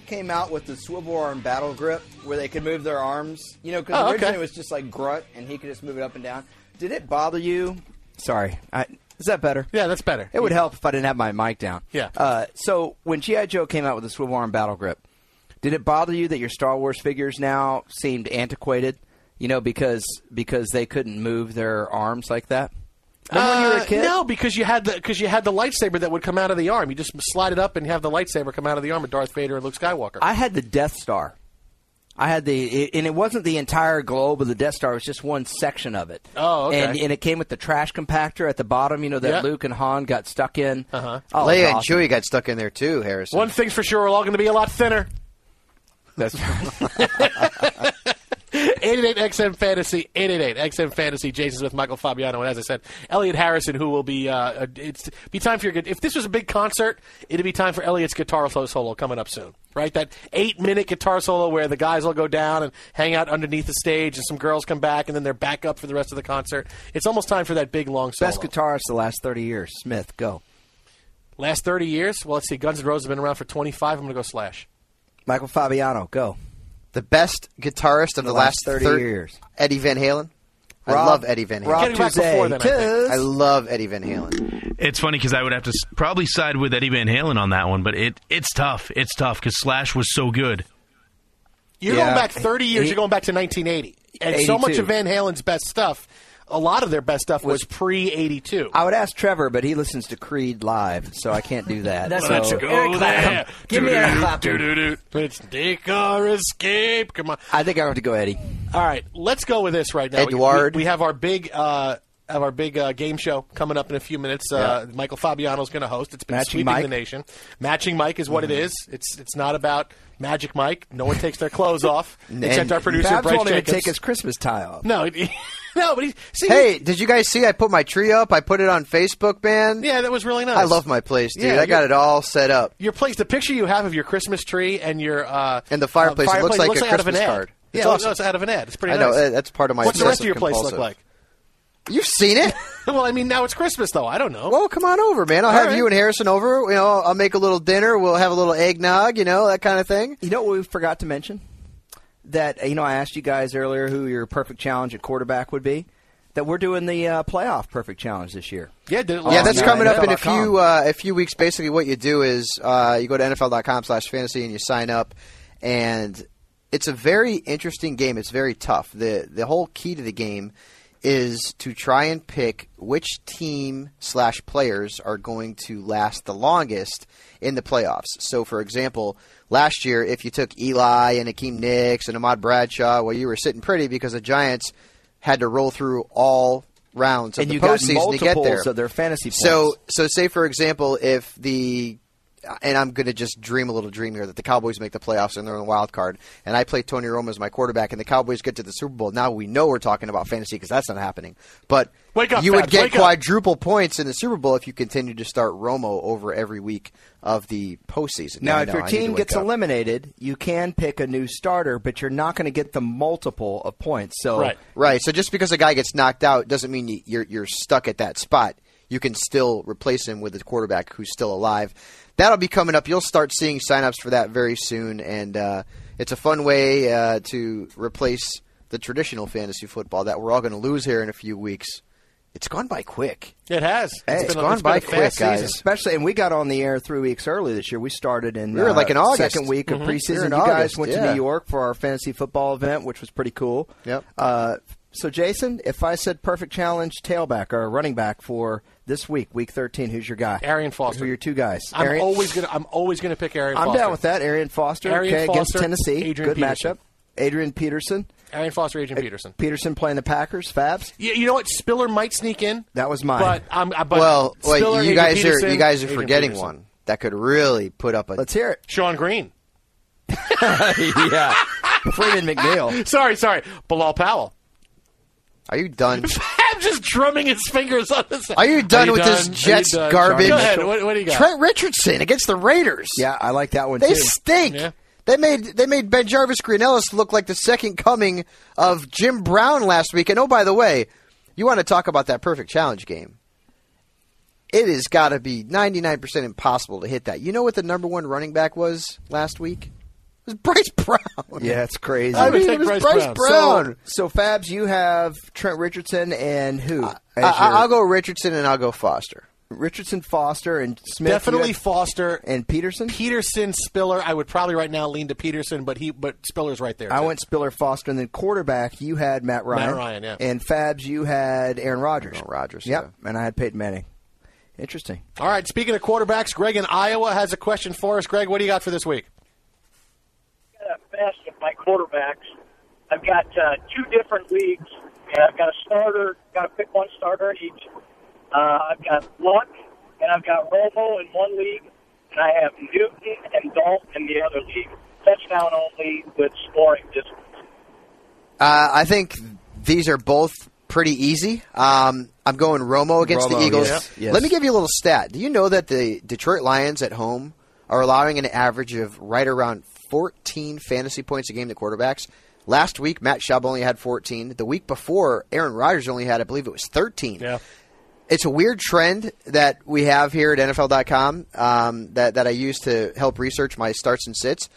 [SPEAKER 2] came out with the swivel arm battle grip, where they could move their arms, you know, because
[SPEAKER 5] Oh, okay.
[SPEAKER 2] originally it was just like grunt, and he could just move it up and down. Did it bother you? Sorry, I, is that better?
[SPEAKER 5] Yeah, that's better.
[SPEAKER 2] It would help if I didn't have my mic down.
[SPEAKER 5] Yeah.
[SPEAKER 2] Uh, so when GI Joe came out with the swivel arm battle grip, did it bother you that your Star Wars figures now seemed antiquated? You know, because because they couldn't move their arms like that. Remember when you were
[SPEAKER 5] Uh,
[SPEAKER 2] a kid?
[SPEAKER 5] No, because you had the because you had the lightsaber that would come out of the arm. You just slide it up and have the lightsaber come out of the arm of Darth Vader and Luke Skywalker.
[SPEAKER 2] I had the Death Star. I had the, it, and it wasn't the entire globe of the Death Star. It was just one section of it.
[SPEAKER 5] Oh, okay.
[SPEAKER 2] And, and it came with the trash compactor at the bottom. You know that
[SPEAKER 5] Yeah.
[SPEAKER 2] Luke and Han got stuck in. Uh-huh. Oh,
[SPEAKER 1] Leia
[SPEAKER 2] that's
[SPEAKER 1] and
[SPEAKER 2] awesome.
[SPEAKER 1] Chewie got stuck in there too, Harrison.
[SPEAKER 5] One thing's for sure, we're all going to be a lot thinner.
[SPEAKER 2] That's
[SPEAKER 5] 88XM Fantasy, 88XM Fantasy, Jason Smith, Michael Fabiano, and as I said, Elliot Harrison, who will be, uh, it's be time for your, gu- if this was a big concert, it'd be time for Elliot's guitar solo, solo coming up soon, right? That eight minute guitar solo where the guys all go down and hang out underneath the stage and some girls come back and then they're back up for the rest of the concert. It's almost time for that big long solo.
[SPEAKER 2] best guitarist the last thirty years. Smith, go.
[SPEAKER 5] Last 30 years? Well, let's see, Guns N' Roses have been around for 25. I'm going to go Slash.
[SPEAKER 2] Michael Fabiano, go.
[SPEAKER 1] the best guitarist of the, last,
[SPEAKER 2] last 30
[SPEAKER 1] thir-
[SPEAKER 2] years.
[SPEAKER 1] Eddie Van Halen. I
[SPEAKER 2] Rob-
[SPEAKER 1] love Eddie Van Halen.
[SPEAKER 2] Rob
[SPEAKER 5] Getting back before
[SPEAKER 2] Touzé,
[SPEAKER 5] then, I think.
[SPEAKER 2] Touz.
[SPEAKER 1] I love Eddie Van Halen.
[SPEAKER 12] It's funny because I would have to s- probably side with Eddie Van Halen on that one, but it it's tough. It's tough because Slash was so good.
[SPEAKER 5] You're
[SPEAKER 2] Yeah.
[SPEAKER 5] going back 30 years,
[SPEAKER 2] He-
[SPEAKER 5] you're going back to 1980. and so much
[SPEAKER 2] 82.
[SPEAKER 5] of Van Halen's best stuff, a lot of their best stuff was, pre eighty two.
[SPEAKER 2] I would ask Trevor, but he listens to Creed live, so I can't do that.
[SPEAKER 5] That's
[SPEAKER 2] so,
[SPEAKER 5] not true. Eric Go Clapton. there.
[SPEAKER 2] Give me Eric
[SPEAKER 5] Doo-doo,
[SPEAKER 2] Clapton.
[SPEAKER 5] doo-doo-doo. It's Dick or Escape. Come on.
[SPEAKER 2] I think I have to go, Eddie.
[SPEAKER 5] All right, let's go with this right now. We-
[SPEAKER 2] Edward.
[SPEAKER 5] we, we have our big. Uh, have our big uh, game show coming up in a few minutes. Uh, Michael Fabiano's going to host. It's been
[SPEAKER 2] Matching
[SPEAKER 5] sweeping
[SPEAKER 2] Mike. Mm-hmm.
[SPEAKER 5] the nation. Matching Mike is what it is. It's it's not about Magic Mike. No one takes their clothes off except
[SPEAKER 2] And
[SPEAKER 5] our producer
[SPEAKER 2] Babs
[SPEAKER 5] Bryce
[SPEAKER 2] won't even
[SPEAKER 5] Jacobs.
[SPEAKER 2] take his Christmas tie off.
[SPEAKER 5] no, it- no, but he, see,
[SPEAKER 1] hey, did you guys see? I put my tree up. I put it on Facebook, man.
[SPEAKER 5] Yeah, that was really nice.
[SPEAKER 1] I love my place, dude.
[SPEAKER 5] Yeah,
[SPEAKER 1] I
[SPEAKER 5] you're-
[SPEAKER 1] got it all set up.
[SPEAKER 5] your place. The picture you have of your Christmas tree and your uh,
[SPEAKER 1] And the fireplace,
[SPEAKER 5] uh,
[SPEAKER 1] it looks like a
[SPEAKER 5] out of an
[SPEAKER 1] Christmas
[SPEAKER 5] ad.
[SPEAKER 1] card.
[SPEAKER 5] Yeah,
[SPEAKER 1] It's
[SPEAKER 5] it looks-
[SPEAKER 1] awesome.
[SPEAKER 5] it's out of an ad. It's pretty.
[SPEAKER 1] I know
[SPEAKER 5] nice.
[SPEAKER 1] that- that's part of my
[SPEAKER 5] What's the rest of your place
[SPEAKER 1] obsessive-compulsive.
[SPEAKER 5] look like?
[SPEAKER 1] You've seen it?
[SPEAKER 5] well, I mean, now it's Christmas though. I don't know.
[SPEAKER 1] Well, come on over, man. I'll
[SPEAKER 5] All
[SPEAKER 1] have
[SPEAKER 5] right.
[SPEAKER 1] you and Harrison over. You know, I'll make a little dinner. We'll have a little eggnog. You know, that kind of thing.
[SPEAKER 2] You know what we forgot to mention? That you know, I asked you guys earlier who your perfect challenge at quarterback would be. That we're doing the uh, playoff perfect challenge this year.
[SPEAKER 5] Oh, Yeah, did it
[SPEAKER 1] yeah, that's coming up in a
[SPEAKER 2] NFL.com.
[SPEAKER 1] few uh, a few weeks. Basically, what you do is uh, you go to NFL.com/fantasy and you sign up, and it's a very interesting game. It's very tough. the The whole key to the game is to try and pick which team slash players are going to last the longest in the playoffs. So, for example, last year, if you took Eli and Akeem Nicks and Ahmad Bradshaw, well, you were sitting pretty because the Giants had to roll through all rounds of
[SPEAKER 2] And
[SPEAKER 1] the
[SPEAKER 2] you got
[SPEAKER 1] postseason to get there.
[SPEAKER 2] multiples of their fantasy
[SPEAKER 1] So, so say for example, if the and I'm going to just dream a little dream here that the Cowboys make the playoffs and they're in the wild card, and I play Tony Romo as my quarterback, and the Cowboys get to the Super Bowl. Now we know we're talking about fantasy because that's not happening. But
[SPEAKER 5] Wake up,
[SPEAKER 1] you would
[SPEAKER 5] Babs,
[SPEAKER 1] get
[SPEAKER 5] wake up.
[SPEAKER 1] quadruple points in the Super Bowl if you continue to start Romo over every week of the postseason.
[SPEAKER 2] Now,
[SPEAKER 1] I
[SPEAKER 2] if
[SPEAKER 1] know,
[SPEAKER 2] your
[SPEAKER 1] I need to
[SPEAKER 2] team
[SPEAKER 1] wake
[SPEAKER 2] gets
[SPEAKER 1] up.
[SPEAKER 2] eliminated, you can pick a new starter, but you're not going to get the multiple of points. So
[SPEAKER 1] Right. So just because a guy gets knocked out doesn't mean you- you're you're stuck at that spot. You can still replace him with a quarterback who's still alive. That'll be coming up. You'll start seeing signups for that very soon, and uh, it's a fun way uh, to replace the traditional fantasy football that we're all going to lose here in a few weeks. It's gone by quick.
[SPEAKER 5] It has.
[SPEAKER 1] Hey, it's
[SPEAKER 5] been a-
[SPEAKER 1] gone
[SPEAKER 5] it's been a
[SPEAKER 1] by
[SPEAKER 5] fast
[SPEAKER 1] quick,
[SPEAKER 5] season.
[SPEAKER 1] guys.
[SPEAKER 2] especially, and we got on the air three weeks early this year. We started in
[SPEAKER 1] We were
[SPEAKER 2] uh,
[SPEAKER 1] like in August.
[SPEAKER 2] second week of
[SPEAKER 5] Mm-hmm.
[SPEAKER 1] Mhm.
[SPEAKER 2] preseason.
[SPEAKER 1] We were in
[SPEAKER 2] you guys
[SPEAKER 1] August,
[SPEAKER 2] went
[SPEAKER 1] yeah.
[SPEAKER 2] to New York for our fantasy football event, which was pretty cool.
[SPEAKER 1] Yep.
[SPEAKER 2] Uh, so, Jason, if I said perfect challenge tailback or running back for this week, week thirteen, who's your guy?
[SPEAKER 5] Arian Foster.
[SPEAKER 2] Who are your two guys?
[SPEAKER 5] I'm
[SPEAKER 2] Arian-
[SPEAKER 5] always gonna. I'm always gonna pick Arian.
[SPEAKER 2] I'm
[SPEAKER 5] Foster.
[SPEAKER 2] down with that. Arian Foster,
[SPEAKER 5] Arian
[SPEAKER 2] okay, against
[SPEAKER 5] Foster,
[SPEAKER 2] Tennessee.
[SPEAKER 5] Adrian
[SPEAKER 2] Good
[SPEAKER 5] Peterson.
[SPEAKER 2] matchup. Adrian Peterson.
[SPEAKER 5] Arian Foster, Adrian Peterson.
[SPEAKER 2] Peterson playing the Packers. Fabs.
[SPEAKER 5] Yeah, you know what? Spiller might sneak in,
[SPEAKER 2] That was mine.
[SPEAKER 5] but I'm. I- But
[SPEAKER 1] well, wait,
[SPEAKER 5] Spiller,
[SPEAKER 1] you
[SPEAKER 5] Adrian
[SPEAKER 1] guys
[SPEAKER 5] Peterson,
[SPEAKER 1] are you guys are
[SPEAKER 5] Adrian
[SPEAKER 1] forgetting
[SPEAKER 5] Peterson.
[SPEAKER 1] one that could really put up a.
[SPEAKER 2] Let's hear it.
[SPEAKER 5] Sean Green.
[SPEAKER 2] yeah. Freeman McNeil.
[SPEAKER 5] Sorry, sorry. Bilal Powell.
[SPEAKER 1] Are you done?
[SPEAKER 5] I'm just drumming his fingers on this.
[SPEAKER 1] Are you done with this
[SPEAKER 5] Are you
[SPEAKER 1] Jets
[SPEAKER 5] done?
[SPEAKER 1] garbage?
[SPEAKER 5] Go ahead. What, what do you got?
[SPEAKER 1] Trent Richardson against the Raiders.
[SPEAKER 2] Yeah, I like that one
[SPEAKER 1] They
[SPEAKER 2] too.
[SPEAKER 1] stink. They made they made Ben Jarvis Green Ellis look like the second coming of Jim Brown last week. And oh, by the way, you want to talk about that perfect challenge game? It has got to be ninety nine percent impossible to hit that. You know what the number one running back was last week? It was Bryce Brown.
[SPEAKER 2] Yeah, it's crazy.
[SPEAKER 1] I mean, it was Bryce, Brown.
[SPEAKER 2] So, so, Fabs, you have Trent Richardson and who?
[SPEAKER 1] I,
[SPEAKER 2] as your-
[SPEAKER 1] I, will go Richardson and I'll go Foster.
[SPEAKER 2] Richardson, Foster, and Smith.
[SPEAKER 5] Definitely
[SPEAKER 2] you have-
[SPEAKER 5] Foster,
[SPEAKER 2] and Peterson.
[SPEAKER 5] Peterson, Spiller. I would probably right now lean to Peterson, but he, but Spiller's right there.
[SPEAKER 2] I
[SPEAKER 5] too.
[SPEAKER 2] went Spiller, Foster, and then quarterback. You had Matt Ryan.
[SPEAKER 5] Ryan, yeah.
[SPEAKER 2] And Fabs, you had Aaron Rodgers.
[SPEAKER 1] Rodgers.
[SPEAKER 2] Yep. And I had Peyton Manning. Interesting.
[SPEAKER 5] All right. Speaking of quarterbacks, Greg in Iowa has a question for us. Greg, what do you got for this week?
[SPEAKER 9] got a best of my quarterbacks. I've got uh, two different leagues, and I've got a starter. Got to pick one starter each. Uh, I've got Luck, and I've got Romo in one league, and I have Newton and Dalton in the other league. Touchdown only with scoring distance.
[SPEAKER 1] Uh, I think these are both pretty easy. Um, I'm going Romo against
[SPEAKER 2] Romo,
[SPEAKER 1] the Eagles.
[SPEAKER 2] yes, yes.
[SPEAKER 1] Let me give you a little stat. Do you know that the Detroit Lions at home are allowing an average of right around 14 fantasy points a game to quarterbacks? Last week, Matt Schaub only had 14. The week before, Aaron Rodgers only had, I believe it was 13. Yeah. It's a weird trend that we have here at NFL.com um, that, that I use to help research my starts and sits.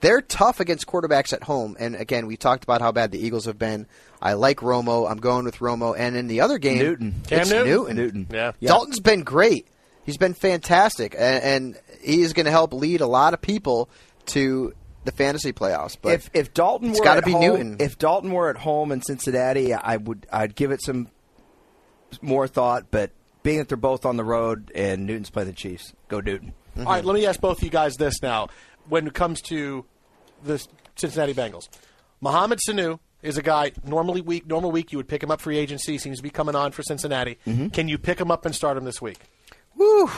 [SPEAKER 1] They're tough against quarterbacks at home. And again, we talked about how bad the Eagles have been. I like Romo. I'm going with Romo. And in the other game,
[SPEAKER 2] Newton.
[SPEAKER 5] Cam
[SPEAKER 1] it's
[SPEAKER 5] Newton?
[SPEAKER 1] Newton.
[SPEAKER 2] Newton.
[SPEAKER 5] Yeah.
[SPEAKER 1] Dalton's been great. He's been fantastic, and, and he is going to help lead a lot of people to the fantasy playoffs. But
[SPEAKER 2] if if Dalton
[SPEAKER 1] it's
[SPEAKER 2] were
[SPEAKER 1] got to
[SPEAKER 2] at
[SPEAKER 1] be
[SPEAKER 2] home,
[SPEAKER 1] Newton.
[SPEAKER 2] If Dalton were at home in Cincinnati, I would I'd give it some more thought. But being that they're both on the road and Newton's playing the Chiefs, go Newton.
[SPEAKER 5] All right, let me ask both of you guys this now. When it comes to the Cincinnati Bengals, Mohamed Sanu is a guy normally week. Normal week, you would pick him up free agency. Seems to be coming on for Cincinnati.
[SPEAKER 1] Mhm.
[SPEAKER 5] Can you pick him up and start him this week?
[SPEAKER 1] Woo.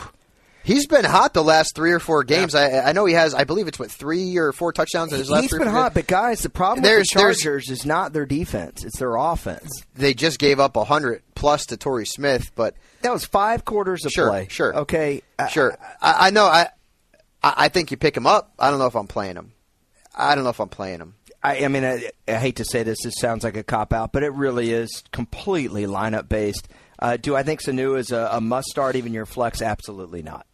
[SPEAKER 1] He's been hot the last three or four games. I, I know he has. I believe it's what three or four touchdowns in his last.
[SPEAKER 2] He's
[SPEAKER 1] three
[SPEAKER 2] been
[SPEAKER 1] or four
[SPEAKER 2] hot, but guys, the problem
[SPEAKER 1] There's-
[SPEAKER 2] with the
[SPEAKER 1] there's-
[SPEAKER 2] Chargers is not their defense; it's their offense.
[SPEAKER 1] They just gave up hundred plus to Torrey Smith, but
[SPEAKER 2] that was five quarters of
[SPEAKER 1] sure,
[SPEAKER 2] play.
[SPEAKER 1] Sure,
[SPEAKER 2] okay,
[SPEAKER 1] sure. I, I know. I I I think you pick him up. I don't know if I'm playing him. I don't know if I'm playing him.
[SPEAKER 2] I, I mean, I, I hate to say this. This sounds like a cop out, but it really is completely lineup based. Uh, do I think Sanu is a, a must start, even your flex? Absolutely not.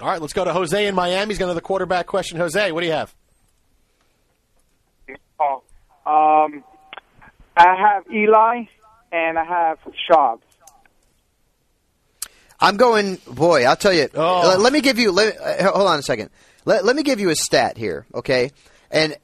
[SPEAKER 5] All right, let's go to Jose in Miami. He's going to the quarterback question. Jose, what do you have?
[SPEAKER 13] Oh, um, I have Eli and I have Schaub.
[SPEAKER 1] I'm going. Boy, I'll tell you. Let, let me give you. Let, uh, hold on a second. Let, let me give you a stat here, okay? And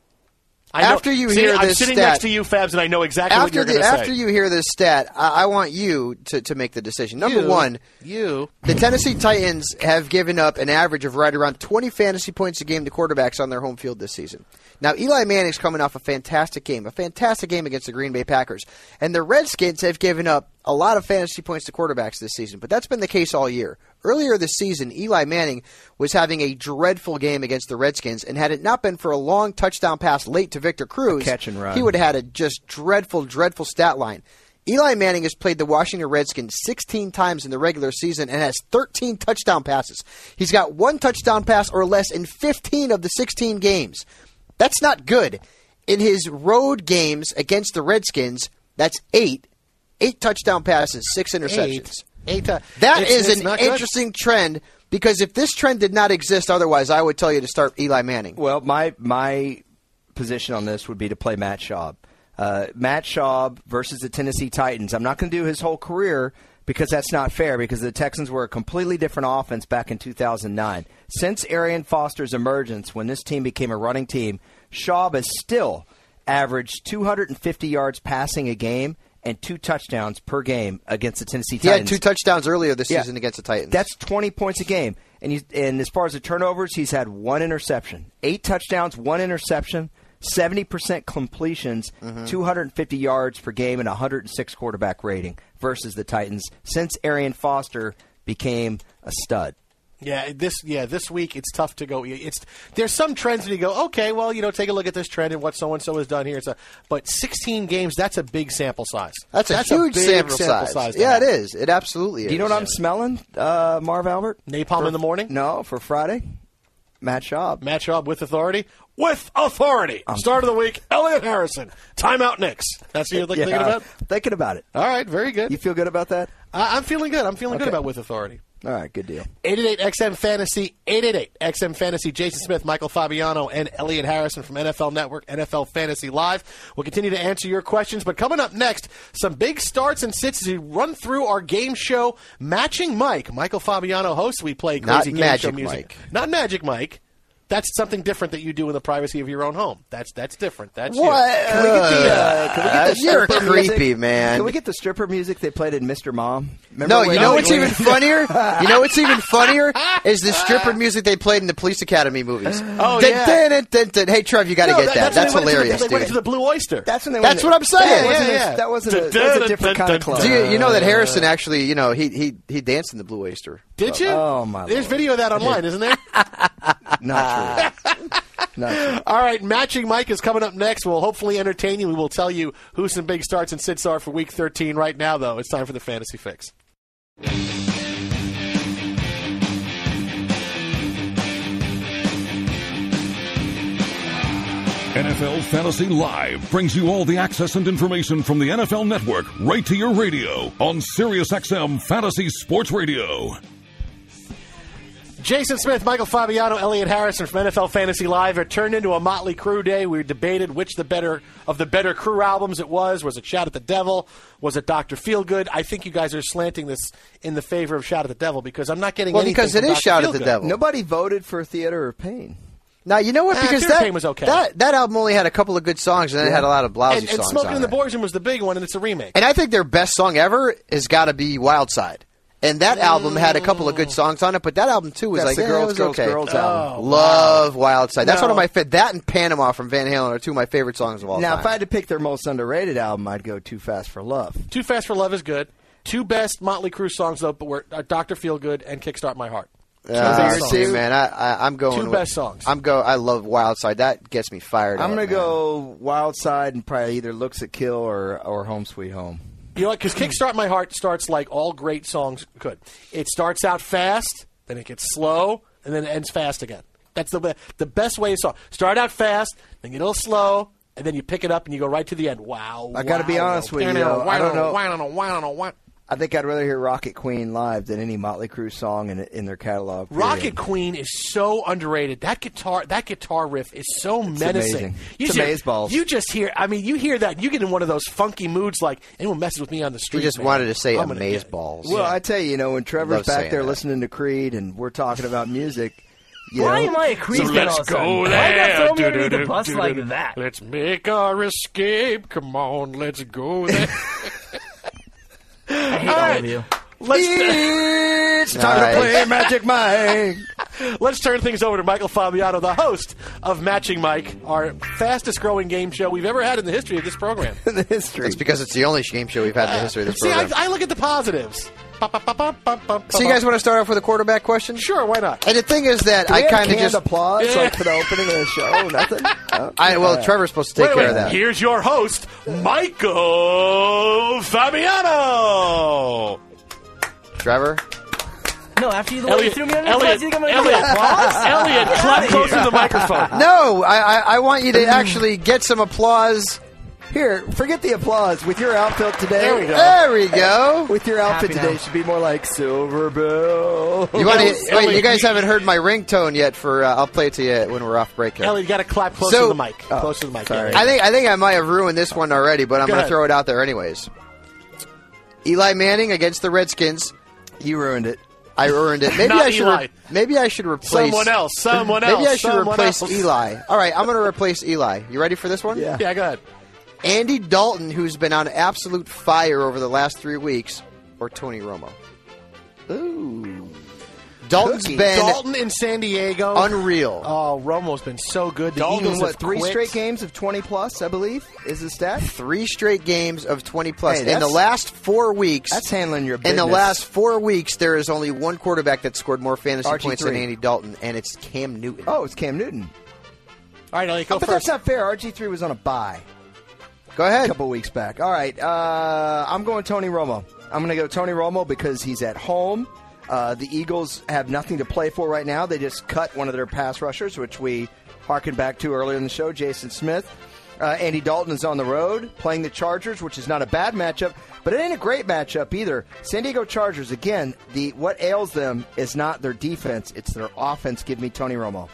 [SPEAKER 5] I know-
[SPEAKER 1] after you
[SPEAKER 5] See,
[SPEAKER 1] hear
[SPEAKER 5] I'm
[SPEAKER 1] this
[SPEAKER 5] sitting
[SPEAKER 1] stat,
[SPEAKER 5] next to you, Fabs, and I know exactly what
[SPEAKER 1] after
[SPEAKER 5] you're
[SPEAKER 1] the-
[SPEAKER 5] going to say.
[SPEAKER 1] after you hear this stat, I, I want you to, to make the decision. Number
[SPEAKER 5] You-
[SPEAKER 1] one,
[SPEAKER 5] you
[SPEAKER 1] the Tennessee Titans have given up an average of right around 20 fantasy points a game to quarterbacks on their home field this season. Now, Eli Manning's coming off a fantastic game, a fantastic game against the Green Bay Packers. And the Redskins have given up a lot of fantasy points to quarterbacks this season, but that's been the case all year. Earlier this season, Eli Manning was having a dreadful game against the Redskins, and had it not been for a long touchdown pass late to Victor Cruz,
[SPEAKER 2] catch and run.
[SPEAKER 1] he would have had a just dreadful, dreadful stat line. Eli Manning has played the Washington Redskins 16 times in the regular season and has 13 touchdown passes. He's got one touchdown pass or less in 15 of the 16 games. That's not good. In his road games against the Redskins, that's eight. Eight touchdown passes, six interceptions.
[SPEAKER 5] Eight, uh,
[SPEAKER 1] That
[SPEAKER 5] it's-
[SPEAKER 1] is
[SPEAKER 5] it's
[SPEAKER 1] an
[SPEAKER 5] not good.
[SPEAKER 1] interesting trend because if this trend did not exist otherwise, I would tell you to start Eli Manning.
[SPEAKER 2] Well, my my position on this would be to play Matt Schaub. Uh, Matt Schaub versus the Tennessee Titans. I'm not going to do his whole career because that's not fair. Because the Texans were a completely different offense back in 2009. Since Arian Foster's emergence, when this team became a running team, Schaub has still averaged 250 yards passing a game and two touchdowns per game against the Tennessee
[SPEAKER 1] He had
[SPEAKER 2] Titans.
[SPEAKER 1] two touchdowns earlier this
[SPEAKER 2] Yeah.
[SPEAKER 1] season against the Titans.
[SPEAKER 2] That's 20 points a game. And he's, and as far as the turnovers, he's had one interception, eight touchdowns, one interception, 70% completions,
[SPEAKER 1] Mm-hmm.
[SPEAKER 2] 250 yards per game, and 106 quarterback rating versus the Titans since Arian Foster became a stud.
[SPEAKER 5] Yeah, this yeah this week it's tough to go. It's there's some trends that you go, okay, well you know take a look at this trend and what so and so has done here. It's a but 16 games that's a big sample size.
[SPEAKER 1] That's a huge
[SPEAKER 5] big
[SPEAKER 1] sample, size.
[SPEAKER 5] to
[SPEAKER 1] Yeah,
[SPEAKER 5] have.
[SPEAKER 1] it is. It absolutely is.
[SPEAKER 2] Do you know what I'm smelling, uh, Marv Albert?
[SPEAKER 5] Napalm in the morning?
[SPEAKER 2] No, for Friday. Matt Schaub.
[SPEAKER 5] Matt Schaub with authority. With authority.
[SPEAKER 1] Um.
[SPEAKER 5] Start of the week, Elliot Harrison. Timeout Knicks. That's what you're
[SPEAKER 2] Yeah,
[SPEAKER 5] thinking about.
[SPEAKER 2] Thinking about it.
[SPEAKER 5] All right, very good.
[SPEAKER 2] You feel good about that?
[SPEAKER 5] I, I'm feeling good. I'm feeling
[SPEAKER 2] Okay.
[SPEAKER 5] good about with authority.
[SPEAKER 2] All right, good deal.
[SPEAKER 5] 888 XM Fantasy, 888 XM Fantasy. Jason Smith, Michael Fabiano, and Elliot Harrison from NFL Network, NFL Fantasy Live. We'll continue to answer your questions. But coming up next, some big starts and sits as we run through our game show, Matching Mike. Michael Fabiano hosts. We play
[SPEAKER 1] Not
[SPEAKER 5] crazy game show
[SPEAKER 1] Magic
[SPEAKER 5] music.
[SPEAKER 1] Mike.
[SPEAKER 5] Not Magic Mike. That's something different that you do in the privacy of your own home. That's that's different. That's you.
[SPEAKER 2] What? Can we get the, uh, can we get the
[SPEAKER 1] You're
[SPEAKER 2] stripper
[SPEAKER 1] creepy,
[SPEAKER 2] music?
[SPEAKER 1] man.
[SPEAKER 2] Can we get the stripper music they played in Mr. Mom?
[SPEAKER 1] no,
[SPEAKER 2] when-
[SPEAKER 1] you know what's even funnier? You know what's even funnier is the stripper music they played in the Police Academy movies.
[SPEAKER 5] Oh,
[SPEAKER 1] Dun,
[SPEAKER 5] yeah.
[SPEAKER 1] dun, dun, dun, dun. Hey, Trev, you got to
[SPEAKER 5] No,
[SPEAKER 1] get that. That's,
[SPEAKER 5] when they went to the-
[SPEAKER 1] hilarious,
[SPEAKER 5] they went
[SPEAKER 1] dude.
[SPEAKER 5] to the Blue Oyster.
[SPEAKER 2] That's when they
[SPEAKER 1] That's
[SPEAKER 2] went
[SPEAKER 1] what I'm
[SPEAKER 2] to-
[SPEAKER 1] saying.
[SPEAKER 2] That wasn't a- that wasn't a- that was a different kind of club.
[SPEAKER 1] Do you, you know that
[SPEAKER 5] Uh,
[SPEAKER 1] Harrison actually, you know, he he he danced in the Blue Oyster.
[SPEAKER 5] Did you?
[SPEAKER 2] Oh, my
[SPEAKER 5] There's
[SPEAKER 2] Lord.
[SPEAKER 5] video of that online, isn't there?
[SPEAKER 2] Not true.
[SPEAKER 5] All right, matching Mike is coming up next. We'll hopefully entertain you. We will tell you who some big starts and sits are for Week 13. Right now, though, it's time for the fantasy fix.
[SPEAKER 4] NFL Fantasy Live brings you all the access and information from the NFL Network right to your radio on SiriusXM Fantasy Sports Radio.
[SPEAKER 5] Jason Smith, Michael Fabiano, Elliot Harrison from NFL Fantasy Live. It turned into a motley crew day. We debated which the better of the better crew albums it was. Was it Shout at the Devil? Was it Doctor Feelgood? I think you guys are slanting this in the favor of Shout at the Devil because I'm not getting.
[SPEAKER 1] Well,
[SPEAKER 5] anything
[SPEAKER 1] because
[SPEAKER 5] from
[SPEAKER 1] it is
[SPEAKER 5] Dr.
[SPEAKER 1] Shout at the
[SPEAKER 5] Feelgood.
[SPEAKER 1] Devil.
[SPEAKER 2] Nobody voted for Theater of Pain.
[SPEAKER 1] Now you know what?
[SPEAKER 5] Ah,
[SPEAKER 1] Because
[SPEAKER 5] Fear
[SPEAKER 1] that,
[SPEAKER 5] Pain was okay.
[SPEAKER 1] that that album only had a couple of good songs, and then it had a lot of
[SPEAKER 5] And,
[SPEAKER 1] lousy
[SPEAKER 5] and
[SPEAKER 1] songs.
[SPEAKER 5] Smoking
[SPEAKER 1] on
[SPEAKER 5] in
[SPEAKER 1] it.
[SPEAKER 5] the Boys Room was the big one, and it's a remake.
[SPEAKER 1] And I think their best song ever has got to be Wild Side. And that album had a couple of good songs on it, but that album too was
[SPEAKER 5] Oh. That's
[SPEAKER 1] like
[SPEAKER 5] the
[SPEAKER 1] yeah,
[SPEAKER 5] Girls,
[SPEAKER 1] it was
[SPEAKER 5] Girls,
[SPEAKER 1] okay. Uh,
[SPEAKER 5] Girls album.
[SPEAKER 1] Love Wild Side. That's
[SPEAKER 2] No.
[SPEAKER 1] one of my fa- that and Panama from Van Halen are two of my favorite songs of all
[SPEAKER 2] now,
[SPEAKER 1] time. Uh,
[SPEAKER 2] if I had to pick their most underrated album, I'd go Too Fast for Love.
[SPEAKER 5] Too Fast for Love is good. Two best Motley Crue songs though, but were uh, Doctor Feelgood and Kickstart My Heart. Two
[SPEAKER 1] Uh,
[SPEAKER 5] best
[SPEAKER 1] see,
[SPEAKER 5] songs.
[SPEAKER 1] man, I, I, I'm going
[SPEAKER 5] Two
[SPEAKER 1] with-
[SPEAKER 5] best songs.
[SPEAKER 1] I'm go. I love Wild Side. That gets me fired.
[SPEAKER 2] I'm
[SPEAKER 1] up,
[SPEAKER 2] going to
[SPEAKER 1] man.
[SPEAKER 2] go Wild Side and probably either Looks at Kill or, or Home Sweet Home.
[SPEAKER 5] You know what? Because Kickstart My Heart starts like all great songs could. It starts out fast, then it gets slow, and then it ends fast again. That's the be- the best way to song. Start out fast, then get a little slow, and then you pick it up and you go right to the end. Wow!
[SPEAKER 2] I gotta be
[SPEAKER 5] wow.
[SPEAKER 2] honest with you, though. I don't know.
[SPEAKER 5] Wow, wow, wow, wow.
[SPEAKER 2] I think I'd rather hear Rocket Queen live than any Motley Crue song in, in their catalog. period.
[SPEAKER 5] Rocket Queen is so underrated. That guitar, that guitar riff is so menacing.
[SPEAKER 2] amazing.
[SPEAKER 5] You
[SPEAKER 2] It's
[SPEAKER 5] just-
[SPEAKER 2] amazeballs.
[SPEAKER 5] You just hear. I mean, you hear that. You get in one of those funky moods, like anyone messes with me on the
[SPEAKER 1] He
[SPEAKER 5] street.
[SPEAKER 1] just
[SPEAKER 5] man,
[SPEAKER 1] wanted to say
[SPEAKER 5] I'm gonna get
[SPEAKER 1] amaze
[SPEAKER 5] it."
[SPEAKER 1] balls.
[SPEAKER 2] Well, I tell you, you know, when
[SPEAKER 1] Love
[SPEAKER 2] Trevor's
[SPEAKER 1] saying
[SPEAKER 2] back there
[SPEAKER 1] that.
[SPEAKER 2] listening to Creed and we're talking about music, you
[SPEAKER 5] Why
[SPEAKER 2] know,
[SPEAKER 5] am I a Creed So fan let's all of a sudden? go Why'd that there. throw me underneath the bus like that? Let's make our escape. Come on, let's go there. I hate all, of you. Let's
[SPEAKER 2] it's time to play Magic Mike.
[SPEAKER 5] Let's turn things over to Michael Fabiano, the host of Matching Mike, our fastest growing game show we've ever had in the history of this program.
[SPEAKER 2] the history.
[SPEAKER 1] It's because it's the only game show we've had in the history of this
[SPEAKER 5] See, I,
[SPEAKER 1] program.
[SPEAKER 5] I look at the positives.
[SPEAKER 1] so you guys want to start off with a quarterback question?
[SPEAKER 5] Sure, why not?
[SPEAKER 1] And the thing is that I kind of just
[SPEAKER 2] applause like for the opening of the show. Nothing.
[SPEAKER 1] I well, Trevor's supposed to take
[SPEAKER 5] Wait,
[SPEAKER 1] care
[SPEAKER 5] wait,
[SPEAKER 1] of that.
[SPEAKER 5] Here's your host, Michael Fabiano.
[SPEAKER 1] Trevor,
[SPEAKER 14] No, after you the way you threw me under the bus, you think I'm going to
[SPEAKER 5] Elliot,
[SPEAKER 14] applause?
[SPEAKER 5] Elliot, clap closer to the microphone.
[SPEAKER 1] No, I, I, I want you to actually get some applause.
[SPEAKER 2] Here, forget the applause. With your outfit today,
[SPEAKER 1] There we go. There we go.
[SPEAKER 2] With your outfit
[SPEAKER 1] Happy now.
[SPEAKER 2] today, should be more like Silver Bill.
[SPEAKER 1] You want to? Wait, you guys haven't heard my ringtone yet. For uh, I'll play it to you when we're off break. Here.
[SPEAKER 5] Elliot, you got to clap closer
[SPEAKER 1] So- oh,
[SPEAKER 5] to the mic. Closer to the mic. Elliot.
[SPEAKER 1] I think I think I might have ruined this one already, but I'm
[SPEAKER 5] Go
[SPEAKER 1] going to
[SPEAKER 5] ahead.
[SPEAKER 1] throw it out there anyways. Eli Manning against the Redskins.
[SPEAKER 2] You ruined it.
[SPEAKER 1] I ruined it. Maybe
[SPEAKER 5] Not
[SPEAKER 1] I should.
[SPEAKER 5] Eli.
[SPEAKER 1] Re- maybe I should replace
[SPEAKER 5] Someone else, someone
[SPEAKER 1] Maybe I
[SPEAKER 5] else,
[SPEAKER 1] should
[SPEAKER 5] someone
[SPEAKER 1] replace
[SPEAKER 5] else.
[SPEAKER 1] Eli. All right, I'm going to replace Eli. You ready for this one?
[SPEAKER 5] Yeah. Yeah, go ahead.
[SPEAKER 1] Andy Dalton, who's been on absolute fire over the last three weeks, or Tony Romo.
[SPEAKER 2] Ooh.
[SPEAKER 1] Dalton's been
[SPEAKER 5] Dalton in San Diego.
[SPEAKER 1] Unreal.
[SPEAKER 5] Oh, Romo's been so good. The
[SPEAKER 2] Dalton,
[SPEAKER 5] Eagles
[SPEAKER 2] what
[SPEAKER 5] have
[SPEAKER 2] three
[SPEAKER 5] quit.
[SPEAKER 2] straight games of twenty plus? I believe is the stat.
[SPEAKER 1] three straight games of 20 plus.
[SPEAKER 2] Hey,
[SPEAKER 1] in the
[SPEAKER 2] that's-
[SPEAKER 1] last four weeks,
[SPEAKER 2] That's handling your
[SPEAKER 1] in
[SPEAKER 2] business.
[SPEAKER 1] the last four weeks, there is only one quarterback that scored more fantasy
[SPEAKER 2] RG3.
[SPEAKER 1] points than Andy Dalton, and it's Cam Newton.
[SPEAKER 2] Oh, it's Cam Newton.
[SPEAKER 5] All right, Elliot, go
[SPEAKER 2] Oh, but
[SPEAKER 5] first.
[SPEAKER 2] that's not fair. RG three was on a bye.
[SPEAKER 1] Go ahead.
[SPEAKER 2] A couple weeks back. All right. Uh, I'm going Tony Romo. I'm going to go Tony Romo because he's at home. Uh, the Eagles have nothing to play for right now. They just cut one of their pass rushers, which we harkened back to earlier in the show, Jason Smith. Uh, Andy Dalton is on the road playing the Chargers, which is not a bad matchup, but it ain't a great matchup either. San Diego Chargers, again, the what ails them is not their defense; it's their offense. Give me Tony Romo.